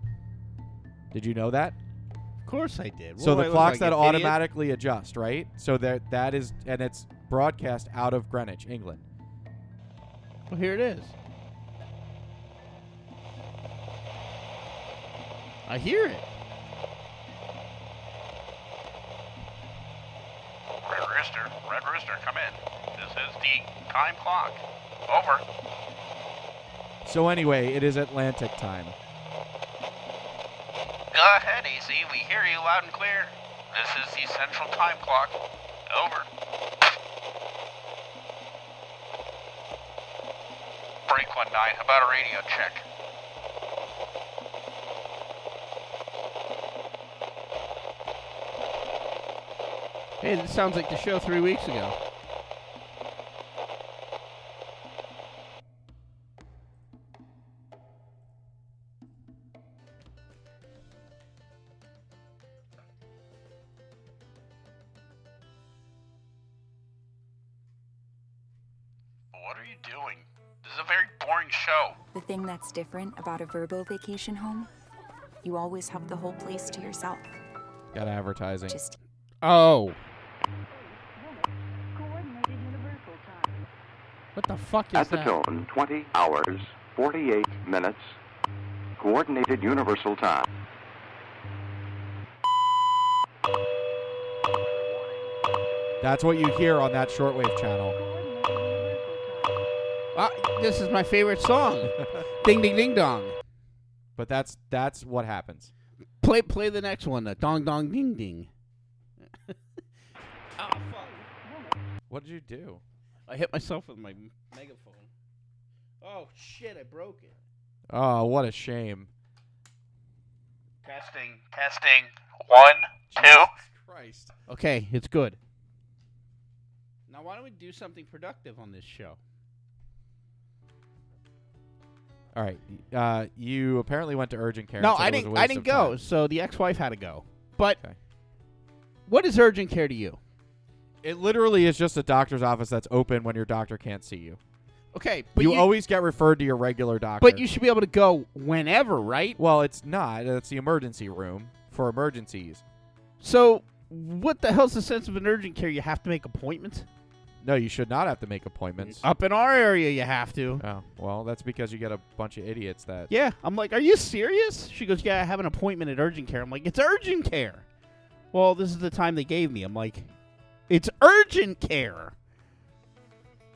S5: Did you know that?
S4: Of course I did.
S5: So
S4: What do I
S5: the
S4: look like,
S5: clocks that
S4: an idiot?
S5: automatically adjust, right? So that that is, and it's broadcast out of Greenwich, England.
S4: Well, here it is. I hear it.
S2: Red Rooster, Red Rooster, come in. This is the time clock. Over.
S5: So anyway, it is Atlantic time.
S2: Go ahead, AC. We hear you loud and clear. This is the central time clock. Over. Break one nine. How about a radio check?
S4: Hey, this sounds like the show three weeks ago.
S2: What are you doing? This is a very boring show.
S6: The thing that's different about a verbal vacation home, you always have the whole place to yourself.
S5: Got advertising.
S6: Just
S4: Oh,
S7: Coordinated Universal Time.
S4: what the fuck is
S8: At the
S4: that?
S8: tone, 20 hours, 48 minutes, Coordinated Universal Time.
S5: That's what you hear on that shortwave channel.
S7: Coordinated Universal Time.
S4: Ah, this is my favorite song. ding ding ding dong.
S5: But that's that's what happens.
S4: Play play the next one. The dong dong ding ding. oh fuck!
S5: What did you do?
S4: I hit myself with my megaphone. Oh shit! I broke it.
S5: Oh, what a shame.
S2: Testing, testing. One, two.
S5: Christ.
S4: Okay, it's good. Now why don't we do something productive on this show?
S5: All right. Uh, you apparently went to urgent care.
S4: No,
S5: and said
S4: I
S5: it was a
S4: didn't.
S5: waste
S4: I
S5: of
S4: didn't go.
S5: time.
S4: So the ex-wife had to go. But
S5: Okay.
S4: what is urgent care to you?
S5: It literally is just a doctor's office that's open when your doctor can't see you.
S4: Okay, but
S5: you,
S4: you,
S5: always get referred to your regular doctor.
S4: but you should be able to go whenever, right?
S5: well, it's not. It's the emergency room for emergencies.
S4: So what the hell's the sense of an urgent care? You have to make appointments.
S5: No, you should not have to make appointments.
S4: Up in our area, you have to.
S5: Oh, well, that's because you get a bunch of idiots that.
S4: Yeah, I'm like, are you serious? She goes, yeah, I have an appointment at urgent care. I'm like, it's urgent care. Well, this is the time they gave me. I'm like, it's urgent care.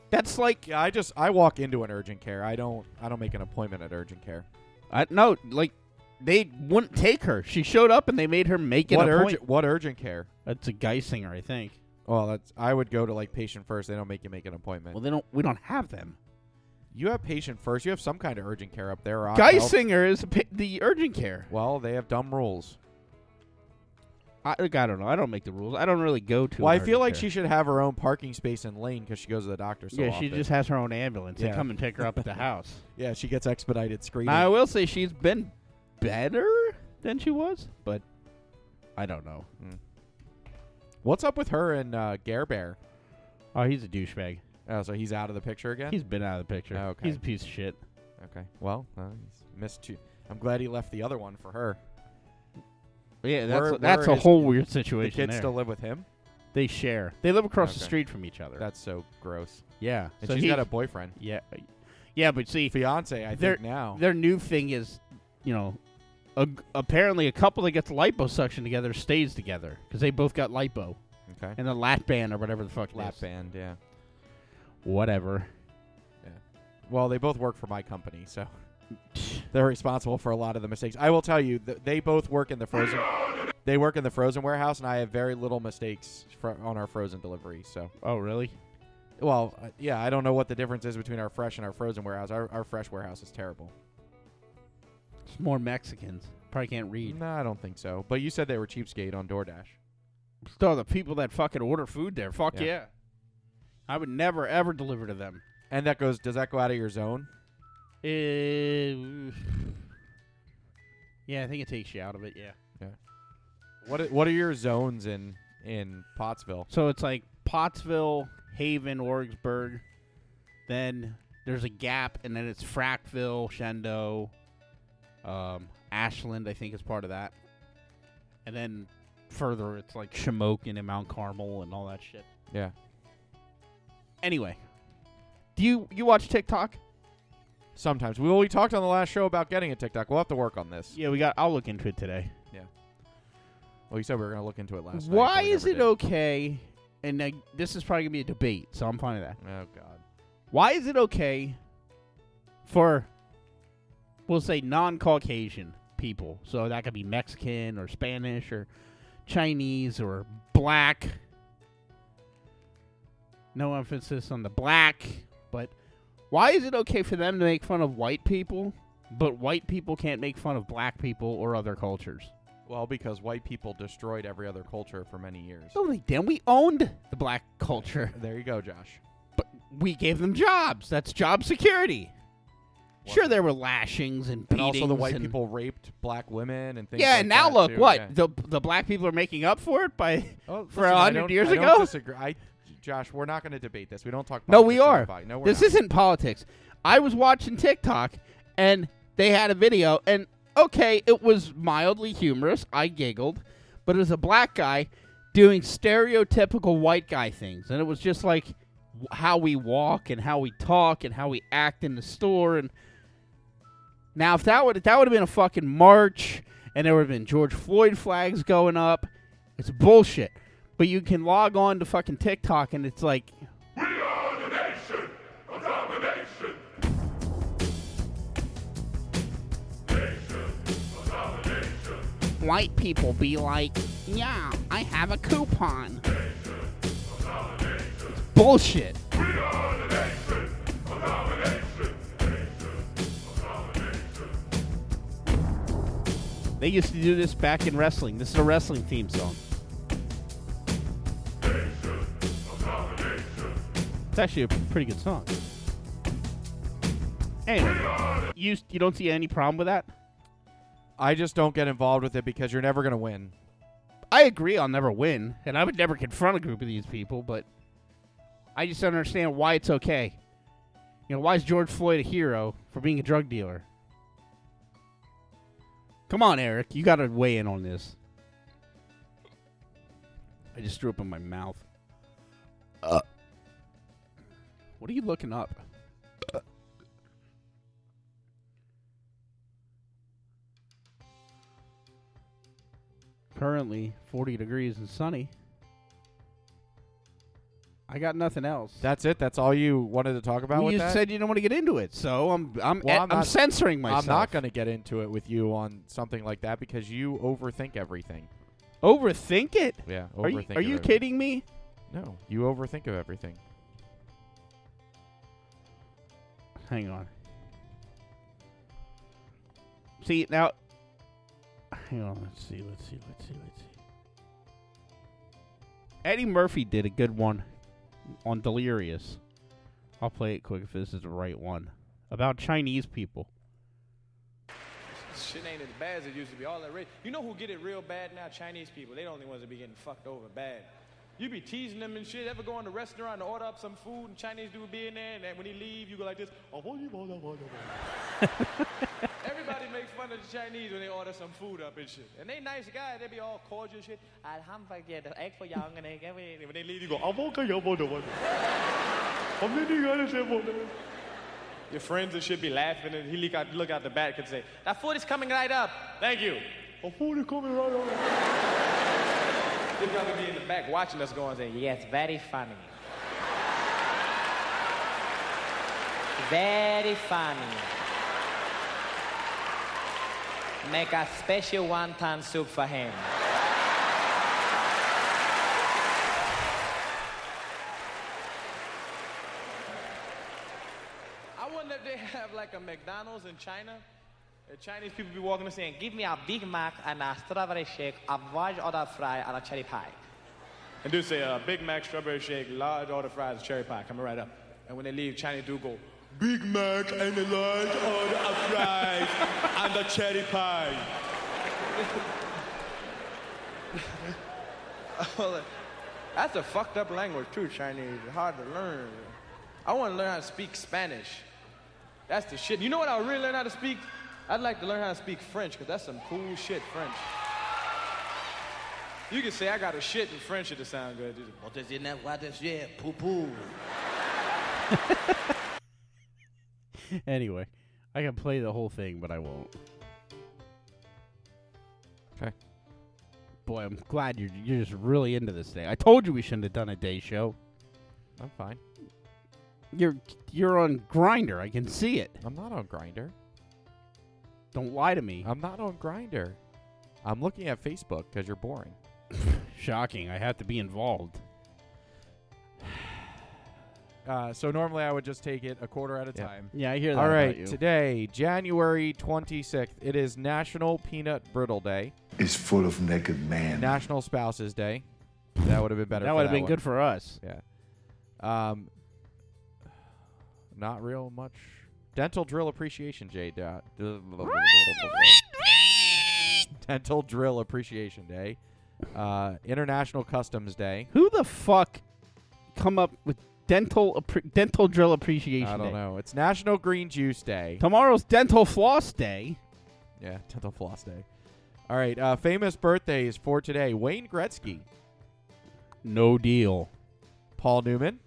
S4: That's like,
S5: Yeah, I just I walk into an urgent care. I don't I don't make an appointment at urgent care.
S4: I uh, no, like they wouldn't take her. She showed up and they made her make an
S5: what
S4: appointment.
S5: urgent what urgent care?
S4: That's a Geisinger, I think.
S5: Well, that's I would go to like patient first. They don't make you make an appointment.
S4: Well, they don't. We don't have them.
S5: you have patient first. You have some kind of urgent care up there. or Opt Health.
S4: Geisinger is pa- the urgent care.
S5: Well, they have dumb rules.
S4: I, like, I don't know. I don't make the rules. I don't really go to.
S5: well, I
S4: an
S5: feel
S4: urgent
S5: like
S4: care.
S5: she should have her own parking space and lane because she goes to the doctor so
S4: yeah, she
S5: often.
S4: just has her own ambulance. They
S5: Yeah.
S4: come and pick her up at the house.
S5: yeah, she gets expedited screening.
S4: Now, I will say she's been better than she was, but I don't know.
S5: What's up with her and uh, Gare Bear?
S4: Oh, he's a douchebag.
S5: Oh, so he's out of the picture again.
S4: He's been out of the picture.
S5: Okay.
S4: He's a piece of shit.
S5: okay. Well, uh, he's missed two. I'm glad he left the other one for her.
S4: Yeah,
S5: Where-
S4: that's
S5: where
S4: a, that's a
S5: is-
S4: whole weird
S5: The
S4: situation.
S5: kids
S4: there.
S5: still live with him.
S4: they share. They live across the
S5: Okay.
S4: street from each other.
S5: That's so gross.
S4: yeah.
S5: And
S4: so
S5: she's
S4: he-
S5: got a boyfriend,
S4: yeah, yeah, but see,
S5: fiance, I
S4: They're-
S5: think now.
S4: their new thing is, you know, a, apparently a couple that gets liposuction together stays together because they both got lipo
S5: Okay.
S4: and the lap band or whatever the fuck. it
S5: Lap
S4: is.
S5: band, yeah.
S4: Whatever.
S5: Well, they both work for my company, so they're responsible for a lot of the mistakes. I will tell you, th- they both work in the frozen. They work in the frozen warehouse, and I have very little mistakes fro on our frozen delivery. So,
S4: Oh, really?
S5: well, uh, yeah, I don't know what the difference is between our fresh and our frozen warehouse. Our, our fresh warehouse is terrible.
S4: It's more Mexicans. Probably can't read.
S5: No, I don't think so. But you said they were cheapskate on DoorDash.
S4: Still, the people that fucking order food there, fuck
S5: Yeah.
S4: yeah. I would never ever deliver to them.
S5: And that goes. Does that go out of your zone?
S4: Uh, yeah, I think it takes you out of it. Yeah.
S5: What are, What are your zones in in Pottsville?
S4: So it's like Pottsville, Haven, Orgsburg. Then there's a gap, and then it's Frackville, Shendo, um, Ashland. I think is part of that. And then further, it's like Shamokin and Mount Carmel and all that shit.
S5: Yeah.
S4: Anyway, do you you watch TikTok?
S5: Sometimes. We, well, we talked on the last show about getting a TikTok. We'll have to work on this.
S4: Yeah, we got. I'll look into it today.
S5: Well, you said we were going to look into it last night.
S4: Why
S5: but we
S4: is
S5: never
S4: it
S5: did.
S4: okay? And uh, this is probably gonna be a debate, so I'm fine with that.
S5: Oh, God.
S4: Why is it okay for, we'll say, non Caucasian people? So that could be Mexican or Spanish or Chinese or black. No emphasis on the black, but why is it okay for them to make fun of white people, but white people can't make fun of black people or other cultures?
S5: Well, because white people destroyed every other culture for many years.
S4: No, they didn't. We owned the black culture.
S5: There you go, Josh.
S4: But we gave them jobs. That's job security. Sure, there were lashings and
S5: And
S4: beatings.
S5: also, the white
S4: and-
S5: people raped black women and things
S4: Yeah,
S5: like
S4: and now
S5: that,
S4: look
S5: too.
S4: what
S5: Yeah.
S4: the the black people are making up for it by.
S5: Oh,
S4: for
S5: listen, I
S4: 100
S5: don't-
S4: years
S5: I don't
S4: ago?
S5: disagree. I, Josh, we're not going to debate this. We don't talk
S4: No, we
S5: politics on the
S4: are.
S5: pod- No, we're
S4: this
S5: not.
S4: isn't politics. I was watching TikTok and they had a video and okay, it was mildly humorous. I giggled, but it was a black guy doing stereotypical white guy things and it was just like w- how we walk and how we talk and how we act in the store and now if that would that would have been a fucking march and there would have been George Floyd flags going up. It's bullshit. But you can log on to fucking TikTok and it's like white people be like, yeah, I have a coupon. It's bullshit. They used to do this back in wrestling. This is a wrestling theme song. It's actually a pretty good song. Anyway, you you don't see any problem with that?
S5: I just don't get involved with it because you're never going to win.
S4: I agree I'll never win, and I would never confront a group of these people, but I just don't understand why it's okay. You know, why is George Floyd a hero for being a drug dealer? Come on, Eric, you got to weigh in on this. I just threw up in my mouth. What are you looking up? Currently 40 degrees and sunny. I got nothing else.
S5: That's it. That's all you wanted to talk about
S4: Well,
S5: with
S4: you
S5: that.
S4: said you don't want to get into it, so I'm I'm
S5: Well,
S4: eh,
S5: I'm
S4: I'm,
S5: not-
S4: censoring myself.
S5: I'm not going to get into it with you on something like that because you overthink everything.
S4: overthink it.
S5: Yeah, overthink.
S4: Are you,
S5: of
S4: are you
S5: everything.
S4: kidding me?
S5: No, you overthink of everything.
S4: Hang on. See now. Hang on. Let's see. Let's see. Let's see. Let's see. Eddie Murphy did a good one on Delirious. I'll play it quick if this is the right one about Chinese people.
S9: Shit ain't as bad as it used to be. All that race. You know who get it real bad now? Chinese people. They the only ones that be getting fucked over bad. You be teasing them and shit. Ever go in the restaurant and order up some food and Chinese dude be in there and then when he leave, you go like this. "Oh, boy, you boy, oh, boy, oh, boy." Everybody makes fun of the Chinese when they order some food up and shit. And they nice guys. They be all cordial shit. Alhamdulillah, the egg for young and egg every- When they leave, you go. "Oh, boy, okay, oh, boy, oh, boy." "Oh, boy, oh, boy, oh, boy." Your friends and shit be laughing, and he look out, look out the back and say, "That food is coming right up. Thank you." Oh, food is coming right up. they probably be in the back watching us going, saying, "Yes, very funny, very funny." Make a special wonton soup for him. I wonder if they have like a McDonald's in China. The Chinese people be walking and saying, "Give me a Big Mac and a strawberry shake, a large order fry and a cherry pie." And do say a Big Mac, strawberry shake, large order fries, cherry pie. Coming right up. And when they leave, Chinese do go, Big Mac and a large order of fries and a cherry pie. That's a fucked up language too, Chinese. Hard to learn. I want to learn how to speak Spanish. That's the shit. You know what I would really learn how to speak? I'd like to learn how to speak French, because that's some cool shit, French. You can say I got a shit in French it'll sound good. You just, "What is in that? What is yeah, poo poo.
S4: anyway, I can play the whole thing, but I won't.
S5: 'Kay.
S4: Boy, I'm glad you're you're just really into this thing. I told you we shouldn't have done a day show.
S5: I'm fine.
S4: You're you're on grinder. I can see it.
S5: I'm not on Grinder.
S4: Don't lie to me.
S5: I'm not on Grinder. I'm looking at Facebook because you're boring.
S4: Shocking. I have to be involved.
S5: Uh, so normally I would just take it a quarter at a time.
S4: Yeah, I hear that.
S5: All
S4: about
S5: right,
S4: you.
S5: today, January 26th, it is National Peanut Brittle Day,
S10: is full of naked men.
S5: National Spouses Day. That would have been better.
S4: that
S5: would
S4: would have been good for us.
S5: Yeah. Um, not real much. Dental drill appreciation day. da- Dental drill appreciation day. Uh, International Customs Day.
S4: Who the fuck come up with dental appre- dental drill appreciation?
S5: I don't
S4: Day?
S5: know. It's National Green Juice Day.
S4: Tomorrow's dental floss day.
S5: Yeah, dental floss day. All right, uh, famous birthdays for today: Wayne Gretzky,
S4: No deal.
S5: Paul Newman.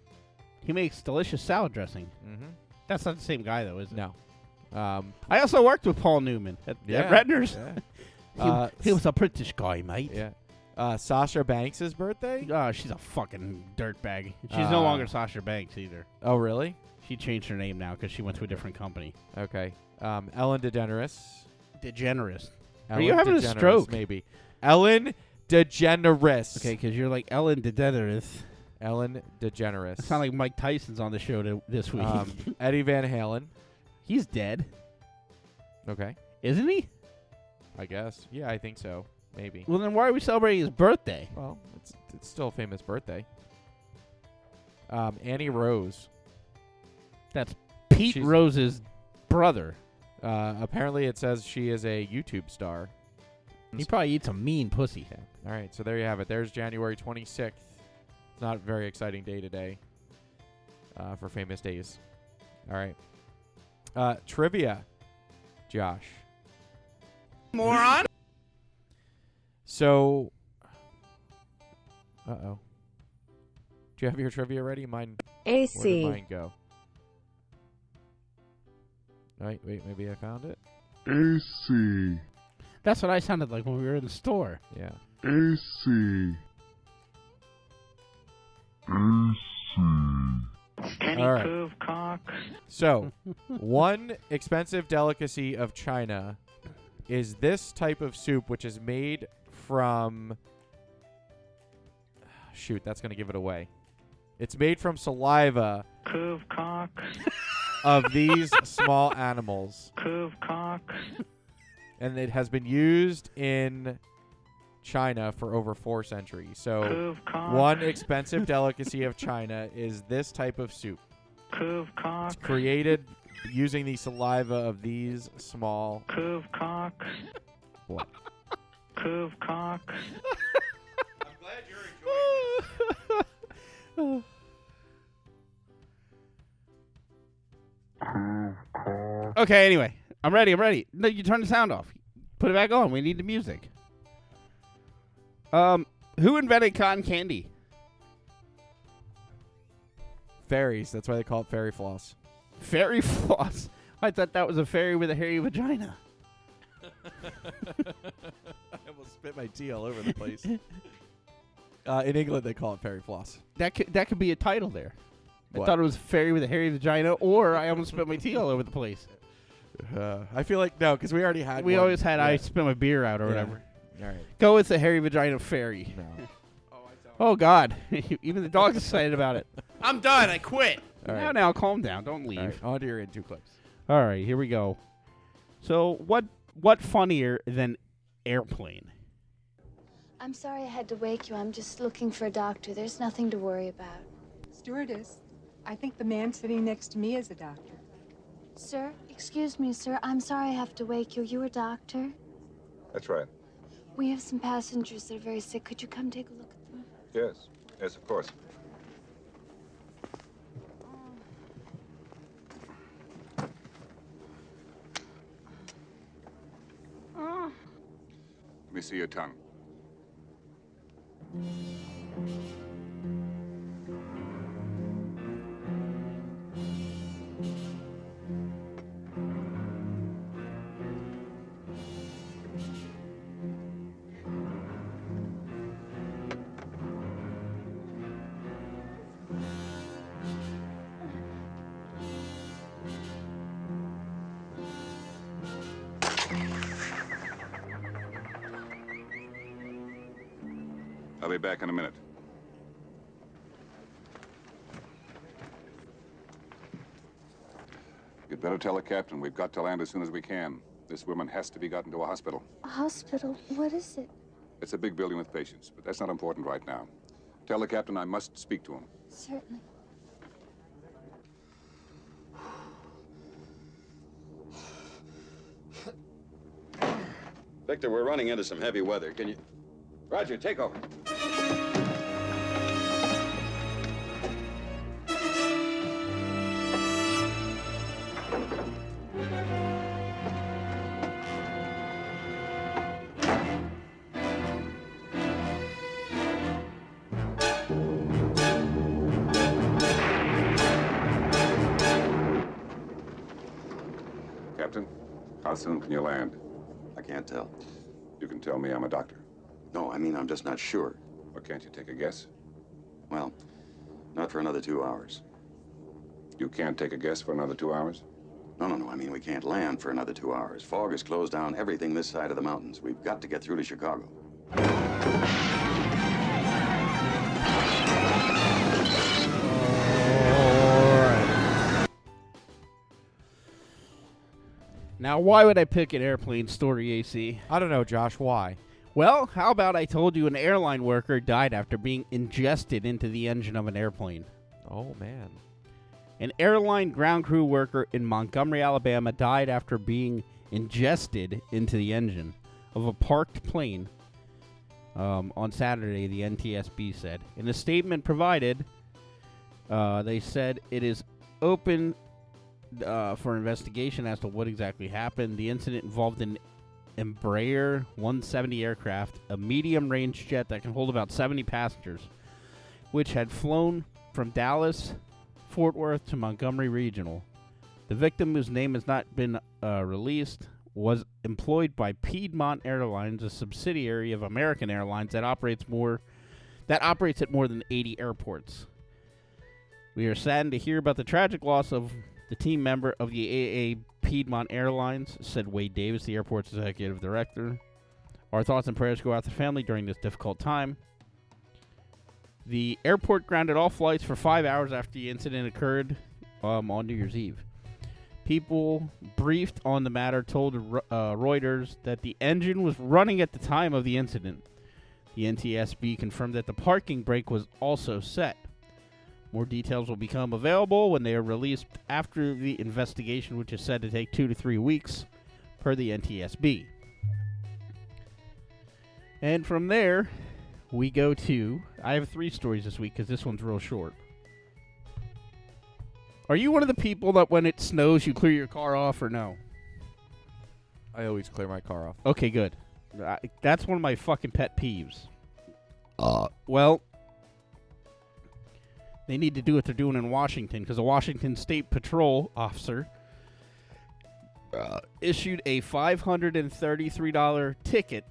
S4: He makes delicious salad dressing.
S5: Mm-hmm.
S4: That's not the same guy though, is it?
S5: No. Um,
S4: I also worked with Paul Newman at,
S5: Yeah.
S4: at Redner's.
S5: yeah.
S4: He,
S5: Uh,
S4: he was a British guy, mate.
S5: yeah. Uh, Sasha Banks' birthday.
S4: Oh, she's a fucking dirtbag. She's
S5: Uh,
S4: no longer Sasha Banks either.
S5: Oh, really?
S4: She changed her name now because she went to a different company.
S5: Okay. Um, Ellen DeGeneres.
S4: DeGeneres.
S5: Ellen
S4: you having a
S5: DeGeneres,
S4: stroke?
S5: Maybe. Ellen DeGeneres.
S4: Okay, because you're like Ellen DeGeneres.
S5: Ellen DeGeneres.
S4: It sounds like Mike Tyson's on the show to, this week.
S5: um, Eddie Van Halen.
S4: He's dead,
S5: Okay.
S4: isn't he?
S5: I guess. Yeah, I think so. Maybe.
S4: Well, then why are we celebrating his birthday?
S5: Well, it's, it's still a famous birthday. Um, Annie Rose.
S4: That's Pete
S5: She's-
S4: Rose's brother.
S5: Uh, apparently, it says she is a YouTube star.
S4: He probably eats a mean pussy.
S5: All right, so there you have it. There's January 26th. It's not a very exciting day today uh, for famous days. All right. Uh, trivia, Josh.
S4: Moron.
S5: So Uh oh. Do you have your trivia ready? Mine.
S11: AC.
S5: Where did mine go? Right. Wait. Maybe I found it.
S12: AC.
S4: That's what I sounded like when we were in the store.
S5: Yeah.
S12: AC.
S5: Any All right. So, one expensive delicacy of China is this type of soup, which is made from. Shoot, that's going to give it away. It's made from saliva of these small animals. And it has been used in China for over four centuries. So,
S13: Cove cock.
S5: one expensive delicacy of China is this type of soup.
S13: Cove cock.
S5: It's created using the saliva of these small.
S13: Cove cock.
S5: What?
S13: Cove cock.
S4: Okay, anyway. I'm ready. I'm ready. No, you turn the sound off. Put it back on. We need the music. Um, who invented cotton candy?
S5: Fairies. That's why they call it fairy floss.
S4: Fairy floss. I thought that was a fairy with a hairy vagina.
S5: I almost spit my tea all over the place. uh, in England, they call it fairy floss.
S4: That could that could be a title there. I
S5: What?
S4: thought it was fairy with a hairy vagina, or I almost spit my tea all over the place.
S5: Uh, I feel like no, because we already had.
S4: We
S5: one.
S4: always had
S5: Uh, Yeah.
S4: I spit my beer out or
S5: Yeah.
S4: whatever.
S5: All right.
S4: Go with the hairy vagina fairy. oh God! Even the dog's excited about it. I'm done. I quit.
S5: All
S4: now,
S5: right.
S4: now, calm down. Don't leave.
S5: All right. On to your into clips.
S4: All right, here we go. So what what funnier than airplane?
S14: I'm sorry I had to wake you. I'm just looking for a doctor. There's nothing to worry about.
S15: Stewardess, I think the man sitting next to me is a doctor.
S14: Sir, excuse me, sir. I'm sorry I have to wake you. You a doctor?
S16: That's right.
S14: We have some passengers that are very sick. Could you come take a look at them?
S16: Yes. Yes, of course. Let me see your tongue. I'll be back in a minute. You'd better tell the captain we've got to land as soon as we can. This woman has to be gotten to a hospital.
S14: A hospital? What is it?
S16: It's a big building with patients, but that's not important right now. Tell the captain I must speak to him.
S14: Certainly.
S17: Victor, we're running into some heavy weather. Can you. Roger, take over.
S16: Captain, how soon can you land?
S17: I can't tell.
S16: You can tell me I'm a doctor.
S17: No, I mean, I'm just not sure.
S16: Or can't you take a guess?
S17: Well, not for another two hours.
S16: You can't take a guess for another two hours?
S17: No, no, no. I mean, we can't land for another two hours. Fog has closed down everything this side of the mountains. We've got to get through to Chicago.
S4: Now, why would I pick an airplane story, AC?
S5: I don't know, Josh. Why?
S4: Well, how about I told you an airline worker died after being ingested into the engine of an airplane?
S5: Oh, man.
S4: An airline ground crew worker in Montgomery, Alabama died after being ingested into the engine of a parked plane um, on Saturday, the NTSB said. In a statement provided, uh, they said it is open uh, for investigation as to what exactly happened. The incident involved an Embraer 170 aircraft, a medium range jet that can hold about 70 passengers. which had flown from Dallas, Fort Worth to Montgomery Regional. The victim, whose name has not been uh, released, was employed by Piedmont Airlines, a subsidiary of American Airlines that operates more that operates at more than 80 airports. We are saddened to hear about the tragic loss of the team member of the AA Piedmont Airlines, said Wade Davis, the airport's executive director. Our thoughts and prayers go out to the family during this difficult time. The airport grounded all flights for five hours after the incident occurred um, on New Year's Eve. People briefed on the matter told Re- uh, Reuters that the engine was running at the time of the incident. The NTSB confirmed that the parking brake was also set. More details will become available when they are released after the investigation, which is said to take two to three weeks, per the NTSB. And from there, we go to. I have three stories this week because this one's real short. Are you one of the people that when it snows, you clear your car off or no?
S5: I always clear my car off.
S4: Okay, good. I, that's one of my fucking pet peeves. Uh, well, they need to do what they're doing in Washington because a Washington State Patrol officer uh, issued a $533 ticket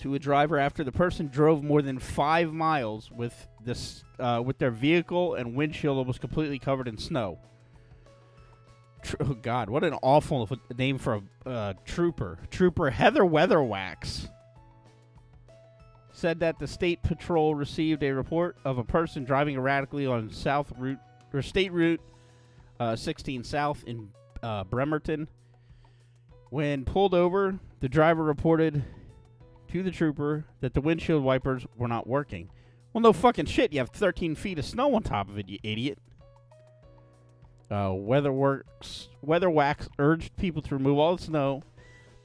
S4: to a driver after the person drove more than five miles with this uh, with their vehicle and windshield was completely covered in snow. Tr- oh God, what an awful f- name for a uh, trooper! Trooper Heather Weatherwax said that the state patrol received a report of a person driving erratically on South Route or State Route uh, 16 South in uh, Bremerton. When pulled over, the driver reported to the trooper that the windshield wipers were not working. Well, no fucking shit. You have 13 feet of snow on top of it, you idiot. Uh, Weatherworks Weatherwax urged people to remove all the snow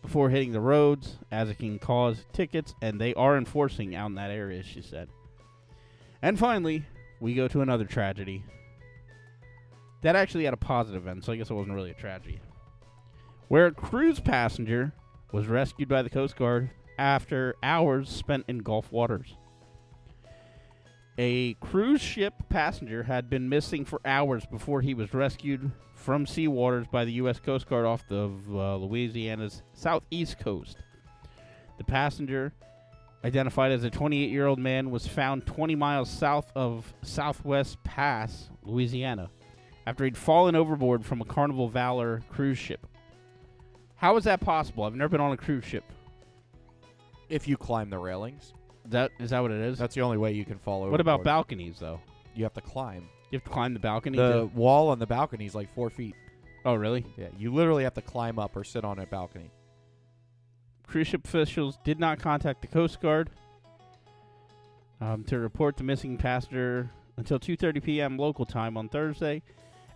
S4: before hitting the roads, as it can cause tickets, and they are enforcing out in that area, she said. And finally, we go to another tragedy. That actually had a positive end, so I guess it wasn't really a tragedy. Where a cruise passenger was rescued by the Coast Guard after hours spent in Gulf waters. A cruise ship passenger had been missing for hours before he was rescued from seawaters by the U.S. Coast Guard off the uh, Louisiana's southeast coast. The passenger, identified as a 28 year old man, was found 20 miles south of Southwest Pass, Louisiana, after he'd fallen overboard from a Carnival Valor cruise ship. How is that possible? I've never been on a cruise ship.
S5: If you climb the railings,
S4: that is that what it is?
S5: That's the only way you can follow.
S4: What about balconies, though?
S5: You have to climb.
S4: You have to climb the balcony.
S5: The
S4: to-
S5: wall on the balcony is like four feet.
S4: oh, really?
S5: Yeah, you literally have to climb up or sit on a balcony.
S4: cruise ship officials did not contact the Coast Guard um, to report the missing passenger until 2:30 p.m. local time on Thursday.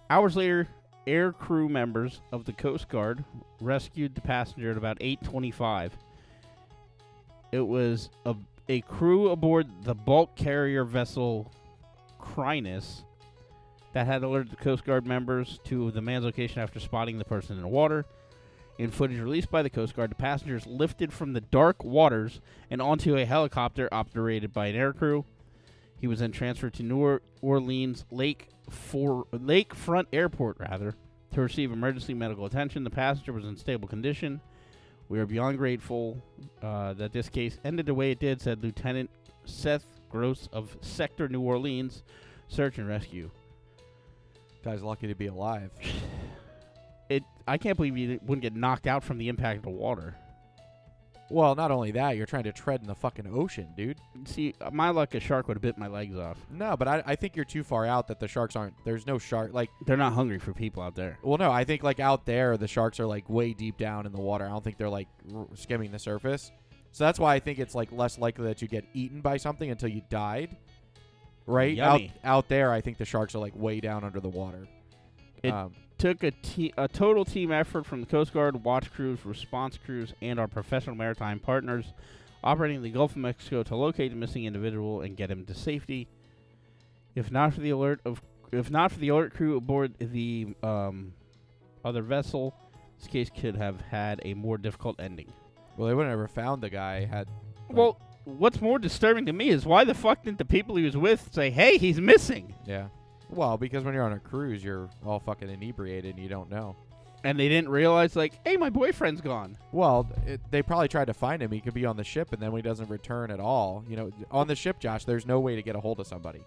S4: Hours later, air crew members of the Coast Guard rescued the passenger at about 8:25. It was a, a crew aboard the bulk carrier vessel Crinus that had alerted the Coast Guard members to the man's location after spotting the person in the water. In footage released by the Coast Guard, the passengers lifted from the dark waters and onto a helicopter operated by an aircrew. He was then transferred to New Or- Orleans Lake for Lakefront Airport, rather, to receive emergency medical attention. The passenger was in stable condition. We are beyond grateful uh, that this case ended the way it did," said Lieutenant Seth Gross of Sector New Orleans Search and Rescue.
S5: Guy's lucky to be alive.
S4: It I can't believe you wouldn't get knocked out from the impact of the water.
S5: Well, not only that, you're trying to tread in the fucking ocean, dude.
S4: See, uh, my luck, a shark would have bit my legs off.
S5: No, but I, I think you're too far out that the sharks aren't. There's no shark. Like
S4: they're not hungry for people out there.
S5: Well, no, I think like out there the sharks are like way deep down in the water. I don't think they're like r- skimming the surface. So that's why I think it's like less likely that you get eaten by something until you died. Right out
S4: Yummy.
S5: out there, I think the sharks are like way down under the water.
S4: It
S5: Um,
S4: took a, te- a total team effort from the Coast Guard, watch crews, response crews, and our professional maritime partners operating in the Gulf of Mexico to locate the missing individual and get him to safety. If not for the alert of, if not for the alert crew aboard the um, other vessel, this case could have had a more difficult ending.
S5: well, they would have never found the guy had.
S4: well, what's more disturbing to me is why the fuck didn't the people he was with say, "Hey, he's missing"?
S5: Yeah. Well, because when you're on a cruise, you're all fucking inebriated and you don't know.
S4: And they didn't realize, like, hey, my boyfriend's gone.
S5: Well, it, they probably tried to find him. He could be on the ship, and then when he doesn't return at all, you know, on the ship, Josh, there's no way to get a hold of somebody.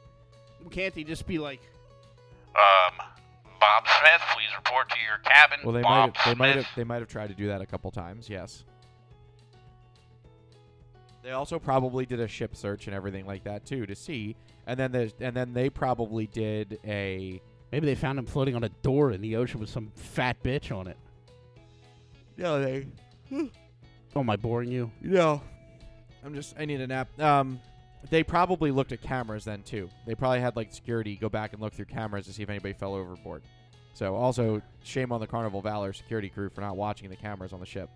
S4: Can't he just be like,
S2: Um, Bob Smith, please report to your cabin.
S5: Well, they
S2: Bob
S5: might have, they might
S2: Smith.
S5: have they might have tried to do that a couple times. Yes. They also probably did a ship search and everything like that too to see, and then there's and then they probably did a
S4: maybe they found him floating on a door in the ocean with some fat bitch on it.
S5: yeah they
S4: Oh, am I boring you?
S5: No. I'm just I need a nap. Um they probably looked at cameras then too. They probably had like security go back and look through cameras to see if anybody fell overboard. So also shame on the Carnival Valor security crew for not watching the cameras on the ship.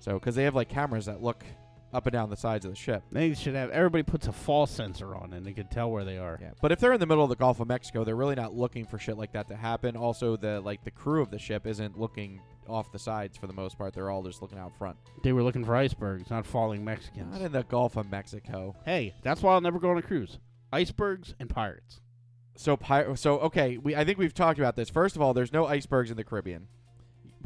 S5: So cuz they have like cameras that look up and down the sides of the ship.
S4: They should have everybody puts a fall sensor on, and they can tell where they are.
S5: Yeah, But if they're in the middle of the Gulf of Mexico, they're really not looking for shit like that to happen. Also the like the crew of the ship isn't looking off the sides for the most part. They're all just looking out front.
S4: They were looking for icebergs, not falling Mexicans.
S5: Not in the Gulf of Mexico.
S4: Hey, that's why I'll never go on a cruise. Icebergs and pirates.
S5: So pir- so okay, we I think we've talked about this. First of all, there's no icebergs in the Caribbean.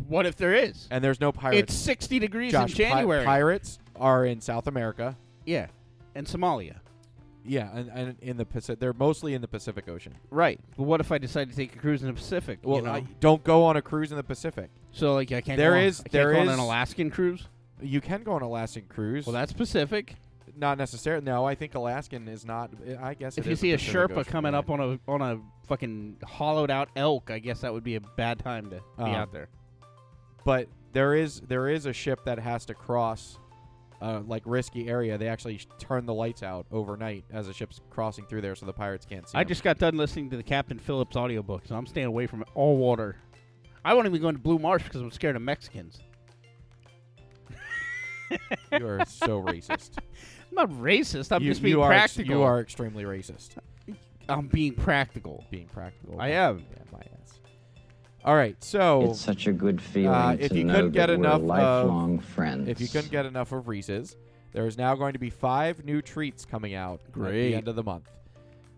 S4: What if there is?
S5: And there's no pirates.
S4: It's 60 degrees
S5: Josh,
S4: in
S5: pi-
S4: January.
S5: pirates are in South America.
S4: Yeah. And Somalia.
S5: Yeah, and, and in the Pacific, they're mostly in the Pacific Ocean.
S4: Right. But what if I decide to take a cruise in the Pacific?
S5: Well,
S4: you know?
S5: I- don't go on a cruise in the Pacific.
S4: so like I can't.
S5: There
S4: go on,
S5: is-
S4: I can't
S5: there
S4: go on
S5: is-
S4: an Alaskan cruise.
S5: You can go on Alaskan cruise.
S4: Well, that's Pacific.
S5: Not necessarily. No, I think Alaskan is not. I guess
S4: If
S5: it
S4: you
S5: is
S4: see
S5: the
S4: a
S5: Pacific
S4: Sherpa
S5: Ocean,
S4: coming
S5: yeah.
S4: up on a on a fucking hollowed out elk, I guess that would be a bad time to be
S5: Um,
S4: out there.
S5: but there is there is a ship that has to cross uh, like risky area. They actually sh- turn the lights out overnight as a ship's crossing through there, so the pirates can't see.
S4: I
S5: 'em.
S4: just got done listening to the Captain Phillips audiobook, so I'm staying away from all water. I won't even go into Blue Marsh because I'm scared of Mexicans.
S5: you are so racist.
S4: I'm not racist. I'm
S5: you,
S4: just being
S5: you are ex-
S4: practical.
S5: you are extremely racist.
S4: I'm being practical.
S5: Being practical.
S4: I am.
S5: Yeah, my ass. All right, so
S11: It's such a good feeling
S5: uh,
S11: to
S5: if you
S11: know that
S5: couldn't get
S11: we're
S5: enough
S11: lifelong
S5: of,
S11: friends.
S5: if you couldn't get enough of Reese's, there is now going to be five new treats coming out at
S4: Great.
S5: the end of the month.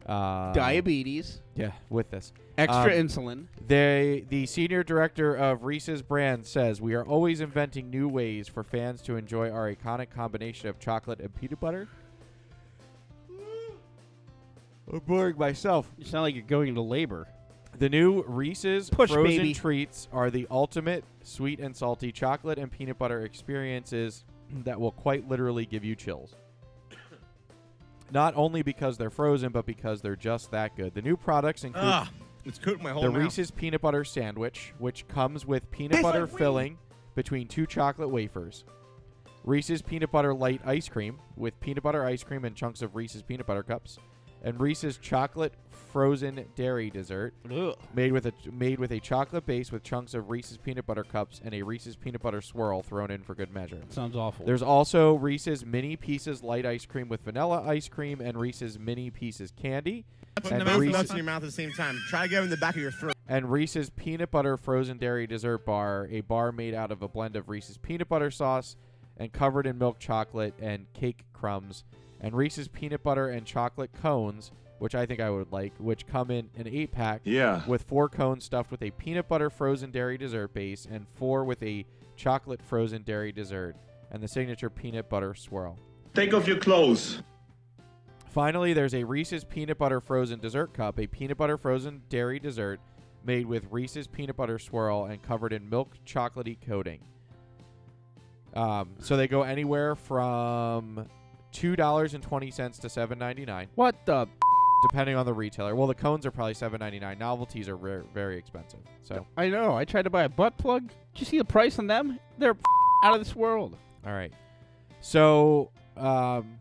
S5: Uh,
S4: Diabetes.
S5: Yeah, with this
S4: Extra
S5: Um,
S4: insulin.
S5: They, the senior director of Reese's brand says, We are always inventing new ways for fans to enjoy our iconic combination of chocolate and peanut butter. I'm boring myself.
S4: You sound like you're going into labor.
S5: The new Reese's
S4: Push,
S5: frozen
S4: baby.
S5: treats are the ultimate sweet and salty chocolate and peanut butter experiences that will quite literally give you chills. Not only because they're frozen, but because they're just that good. The new products include
S18: Ah, it's cooked my whole
S5: the
S18: mouth.
S5: Reese's peanut butter sandwich, which comes with peanut
S18: Tastes
S5: butter
S18: like weed.
S5: filling between two chocolate wafers. Reese's peanut butter light ice cream with peanut butter ice cream and chunks of Reese's peanut butter cups, and Reese's chocolate frozen dairy dessert
S4: Ugh.
S5: made with a made with a chocolate base with chunks of Reese's peanut butter cups and a Reese's peanut butter swirl thrown in for good measure.
S4: Sounds awful.
S5: There's also Reese's mini pieces light ice cream with vanilla ice cream and Reese's mini pieces candy.
S18: Putting the
S5: and
S18: mouth and
S5: Reese's-
S18: nuts in your mouth at the same time. Try to get them in the back of your throat.
S5: and Reese's Peanut Butter Frozen Dairy Dessert Bar, a bar made out of a blend of Reese's peanut butter sauce and covered in milk chocolate and cake crumbs, and Reese's peanut butter and chocolate cones, which I think I would like, which come in an eight pack
S19: Yeah.
S5: with four cones stuffed with a peanut butter frozen dairy dessert base and four with a chocolate frozen dairy dessert and the signature peanut butter swirl.
S19: Take off your clothes.
S5: Finally, there's a Reese's Peanut Butter Frozen Dessert Cup, a peanut butter frozen dairy dessert made with Reese's peanut butter swirl and covered in milk chocolatey coating. Um, so they go anywhere from two dollars and twenty cents to seven ninety nine.
S4: What the?
S5: Depending on the retailer. Well, the cones are probably seven ninety nine. Novelties are rare, very expensive. So
S4: I know. I tried to buy a butt plug. Did you see the price on them? They're out of this world.
S5: All right. So, um,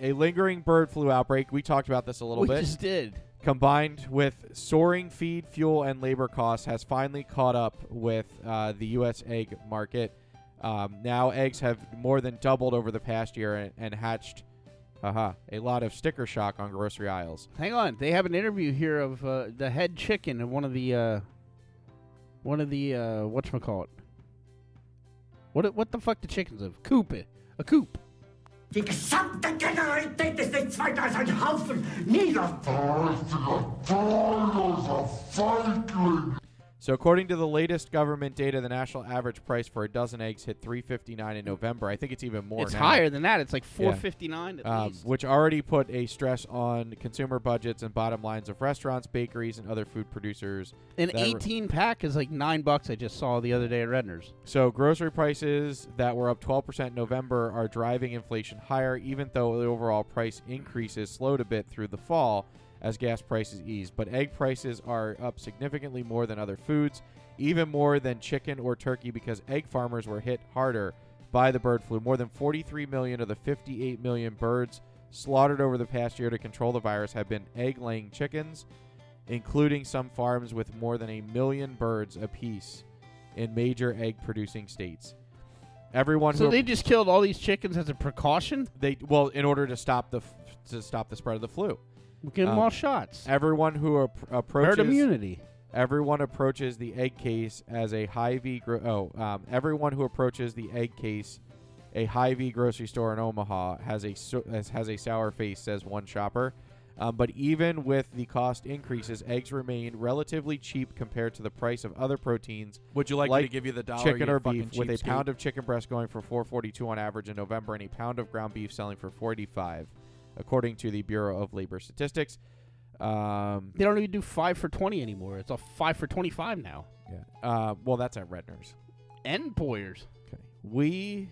S5: a lingering bird flu outbreak. We talked about this a little
S4: We
S5: bit.
S4: just did.
S5: Combined with soaring feed, fuel, and labor costs, has finally caught up with uh, the U.S. egg market. Um, now, eggs have more than doubled over the past year and, and hatched haha, a lot of sticker shock on grocery aisles.
S4: Hang on. They have an interview here of uh, the head chicken and one of the uh, one of the uh, whatchamacallit. What what the fuck the chickens of? Coop. eh? A coop.
S11: Die gesamte Generalität ist nichts weiter als ein Haufen niederfalliger, fahrloser Feiglinge.
S5: So according to the latest government data, the national average price for a dozen eggs hit 3.59 in November. I think it's even more.
S4: It's
S5: now.
S4: higher than that. It's like
S5: Yeah.
S4: 4.59 at
S5: um,
S4: least.
S5: which already put a stress on consumer budgets and bottom lines of restaurants, bakeries, and other food producers.
S4: An
S5: that re-
S4: 18 pack is like nine bucks. I just saw the other day at Redner's.
S5: So grocery prices that were up 12% in November are driving inflation higher, even though the overall price increases slowed a bit through the fall as gas prices ease. But egg prices are up significantly more than other foods, even more than chicken or turkey, because egg farmers were hit harder by the bird flu. More than 43 million of the 58 million birds slaughtered over the past year to control the virus have been egg-laying chickens, including some farms with more than a million birds apiece in major egg-producing states. Everyone
S4: So
S5: who
S4: they just killed all these chickens as a precaution.
S5: they well in order to stop the f- to stop the spread of the flu.
S4: We give 'em all shots.
S5: Everyone who ap- Um, approaches
S4: immunity.
S5: Everyone approaches the egg case as a high V. Gro- oh, um, everyone who approaches the egg case, a high V grocery store in Omaha has a so- has, has a sour face, says one shopper. Um, but even with the cost increases, eggs remain relatively cheap compared to the price of other proteins.
S20: Would you like me to give you the dollar,
S5: Chicken
S20: you
S5: or
S20: fucking
S5: beef, with a
S20: cheapskate?
S5: pound of chicken breast going for 442 on average in November, and a pound of ground beef selling for 45, according to the Bureau of Labor Statistics. Um,
S4: They don't even do five for 20 anymore. It's all five for 25 now.
S5: Yeah. Uh, well, that's at Redner's.
S4: And Boyer's.
S5: Okay. We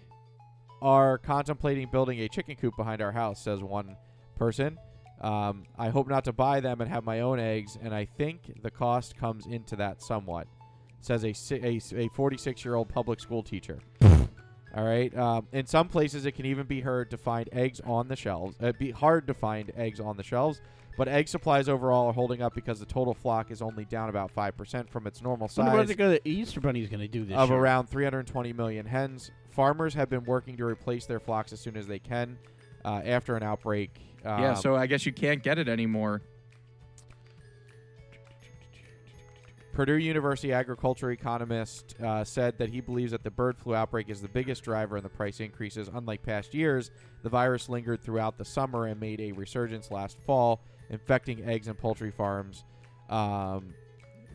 S5: are contemplating building a chicken coop behind our house, says one person. Um, I hope not to buy them and have my own eggs, and I think the cost comes into that somewhat, says a si- a s- a 46 year old public school teacher. All right. Um, in some places, it can even be hard to find eggs on the shelves. It'd be hard to find eggs on the shelves, but egg supplies overall are holding up because the total flock is only down about five percent from its normal
S4: I wonder
S5: size
S4: what the Easter Bunny's going to do this
S5: of
S4: year.
S5: around 320 million hens. Farmers have been working to replace their flocks as soon as they can uh, after an outbreak. Um,
S20: yeah, so I guess you can't get it anymore.
S5: Purdue University agriculture economist uh, said that he believes that the bird flu outbreak is the biggest driver in the price increases. Unlike past years, the virus lingered throughout the summer and made a resurgence last fall, infecting eggs and poultry farms. Um,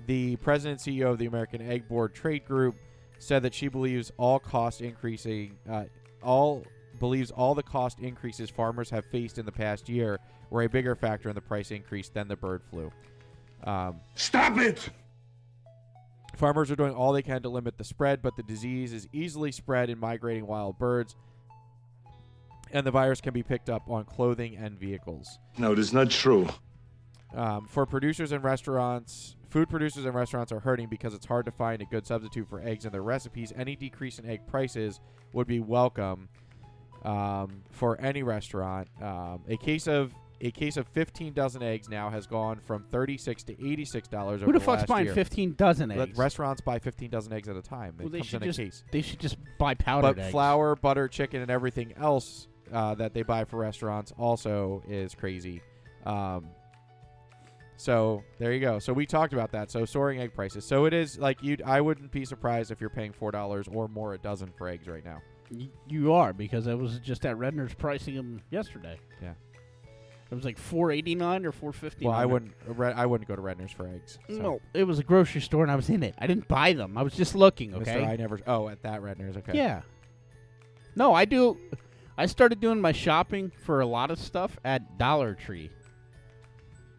S5: the president and CEO of the American Egg Board Trade Group said that she believes all cost increasing, uh, all believes all the cost increases farmers have faced in the past year were a bigger factor in the price increase than the bird flu. Um, Stop it! Farmers are doing all they can to limit the spread, but the disease is easily spread in migrating wild birds, and the virus can be picked up on clothing and vehicles.
S10: No, it is not true.
S5: Um, for producers and restaurants, food producers and restaurants are hurting because it's hard to find a good substitute for eggs in their recipes. Any decrease in egg prices would be welcome um, for any restaurant. Um, a case of a case of 15 dozen eggs now has gone from 36 to 86 dollars
S4: Who
S5: over
S4: the
S5: the
S4: fuck's
S5: last
S4: buying
S5: year.
S4: 15 dozen
S5: Let-
S4: eggs?
S5: Restaurants buy 15 dozen eggs at a time. It
S4: Well, they
S5: comes
S4: should
S5: in a
S4: just
S5: case
S4: they should just buy powdered
S5: but
S4: eggs.
S5: flour, butter, chicken, and everything else uh, that they buy for restaurants also is crazy. Um, so there you go. So we talked about that. So soaring egg prices. So it is like you. I wouldn't be surprised if you're paying four dollars or more a dozen for eggs right now.
S4: Y- you are because I was just at Redner's pricing them yesterday.
S5: Yeah.
S4: It was like 4.89 or 4.59.
S5: Well, I wouldn't. uh, Re- I wouldn't go to Redner's for eggs. So.
S4: No, it was a grocery store and I was in it. I didn't buy them. I was just looking.
S5: Mister,
S4: Okay.
S5: I never. Oh, at that Redner's. Okay.
S4: Yeah. No, I do. I started doing my shopping for a lot of stuff at Dollar Tree.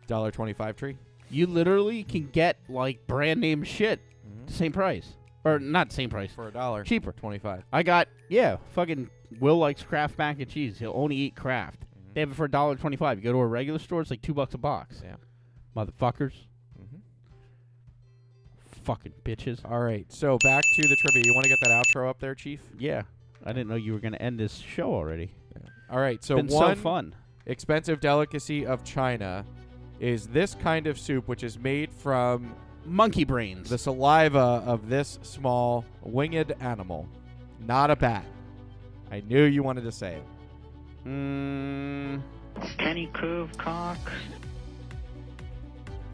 S5: Dollar twenty-five tree.
S4: You literally can get like brand name shit,
S5: Mm-hmm.
S4: same price or not same price
S5: for a dollar,
S4: cheaper,
S5: twenty-five.
S4: I got yeah, fucking Will likes Kraft mac and cheese. He'll only eat Kraft.
S5: Mm-hmm.
S4: They have it for a dollar twenty-five. You go to a regular store, it's like two bucks a box.
S5: Yeah, Mm-hmm.
S4: motherfuckers. Fucking bitches.
S5: All right. So back to the trivia. You want to get that outro up there, Chief?
S4: Yeah. I didn't know you were gonna end this show already.
S5: All right, so
S4: Been so
S5: one
S4: fun.
S5: expensive delicacy of China is this kind of soup, which is made from
S4: monkey brains,
S5: the saliva of this small winged animal, not a bat. I knew you wanted to say it.
S4: Mm.
S13: Skinny curve cock.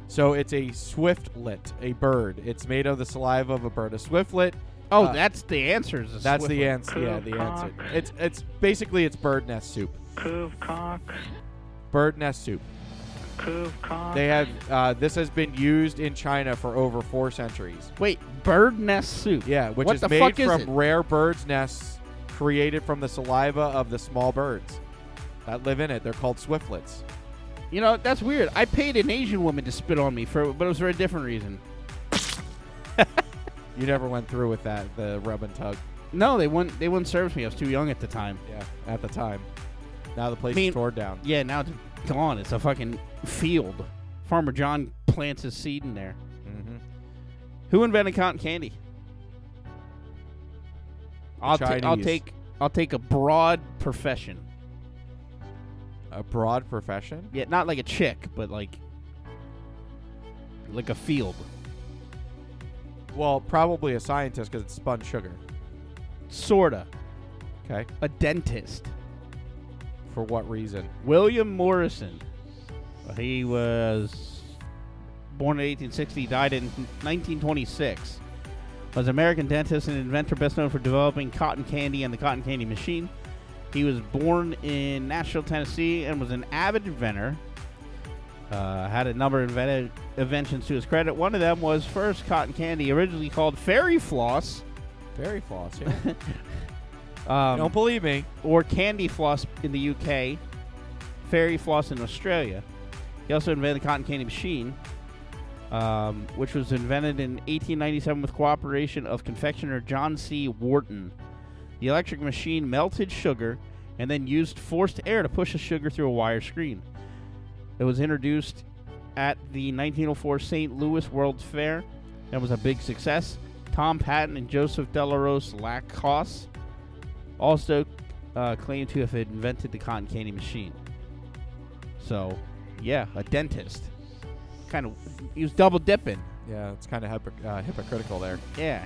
S5: So it's a swiftlet, a bird. It's made of the saliva of a bird. A swiftlet
S4: Oh,
S5: Uh,
S4: that's the answer. is a
S5: That's the
S4: Swiffer.
S5: answer. Yeah, the answer. It's it's basically it's bird nest soup.
S13: Cove cock.
S5: Bird nest soup.
S13: Cove cock.
S5: They have uh, this has been used in China for over four centuries.
S4: Wait, bird nest soup.
S5: Yeah, which
S4: What
S5: is
S4: the
S5: made
S4: fuck is
S5: from
S4: it?
S5: rare birds' nests created from the saliva of the small birds that live in it. They're called swiftlets.
S4: You know, that's weird. I paid an Asian woman to spit on me for, but it was for a different reason.
S5: You never went through with that, the rub and tug.
S4: No, they wouldn't. They wouldn't service me. I was too young at the time.
S5: Yeah, at the time. Now the place
S4: Mean-
S5: is torn down.
S4: Yeah, now it's gone. It's a fucking field. Farmer John plants his seed in there.
S5: Mm-hmm.
S4: Who invented cotton candy? I'll, ta- I'll
S5: Chinese.
S4: take. I'll take a broad profession.
S5: A broad profession?
S4: Yeah, not like a chick, but like like a field.
S5: Well, probably a scientist because it's spun sugar.
S4: Sorta.
S5: Okay.
S4: A dentist.
S5: For what reason?
S4: William Morrison. He was born in 1860, died in 1926. Was an American dentist and inventor best known for developing cotton candy and the cotton candy machine. He was born in Nashville, Tennessee, and was an avid inventor. Uh, had a number of invented inventions to his credit. One of them was first cotton candy, originally called fairy floss.
S5: Fairy floss, yeah.
S4: Um,
S5: Don't believe me.
S4: Or candy floss in the UK, fairy floss in Australia. He also invented the cotton candy machine, um, which was invented in 1897 with cooperation of confectioner John C. Wharton. The electric machine melted sugar and then used forced air to push the sugar through a wire screen. It was introduced at the 1904 St. Louis World's Fair and was a big success. Tom Patton and Joseph Delarose Lacoste also uh, claim to have invented the cotton candy machine. So, yeah, a dentist. Kind of, he was double dipping.
S5: Yeah, it's kind of hypocr- uh, hypocritical there.
S4: Yeah.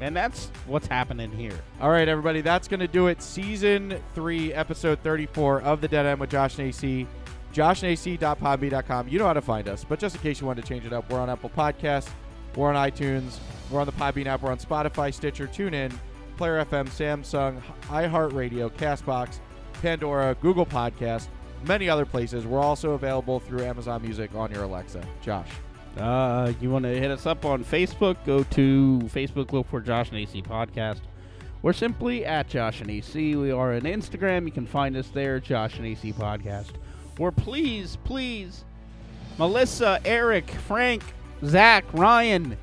S4: And that's what's happening here.
S5: All right, everybody, that's going to do it. Season 3, episode 34 of The Dead End with Josh and AC. JoshNac.podbean.com. You know how to find us, but just in case you wanted to change it up, we're on Apple Podcasts, we're on iTunes, we're on the Podbean app, we're on Spotify, Stitcher, TuneIn, Player FM, Samsung, iHeartRadio, Castbox, Pandora, Google Podcast, many other places. We're also available through Amazon Music on your Alexa. Josh.
S4: Uh, you want to hit us up on Facebook? Go to Facebook, look for Josh and AC Podcast. We're simply at Josh and AC. We are on Instagram. You can find us there, Josh and AC Podcast. Or please, please, Melissa, Eric, Frank, Zach, Ryan,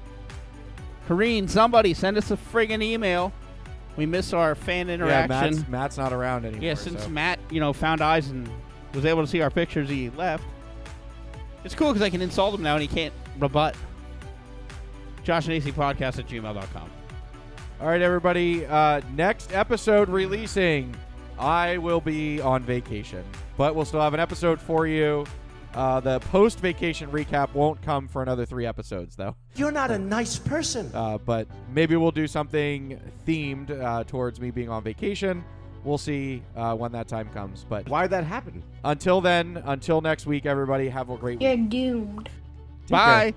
S4: Kareen, somebody send us a friggin' email. We miss our fan
S5: Yeah,
S4: interaction.
S5: Matt's, Matt's not around anymore.
S4: Yeah, since
S5: so.
S4: Matt, you know, found eyes and was able to see our pictures, he left. It's cool because I can insult him now and he can't rebut. Josh and AC podcast at gmail.com.
S5: All right, everybody. Uh, next episode releasing. I will be on vacation, but we'll still have an episode for you. Uh, the post vacation recap won't come for another three episodes, though.
S11: You're not a nice person.
S5: Uh, but maybe we'll do something themed uh, towards me being on vacation. We'll see uh, when that time comes. But
S21: why that happen?
S5: Until then, until next week, everybody have a great week.
S21: doomed.
S5: Take care.
S21: Bye.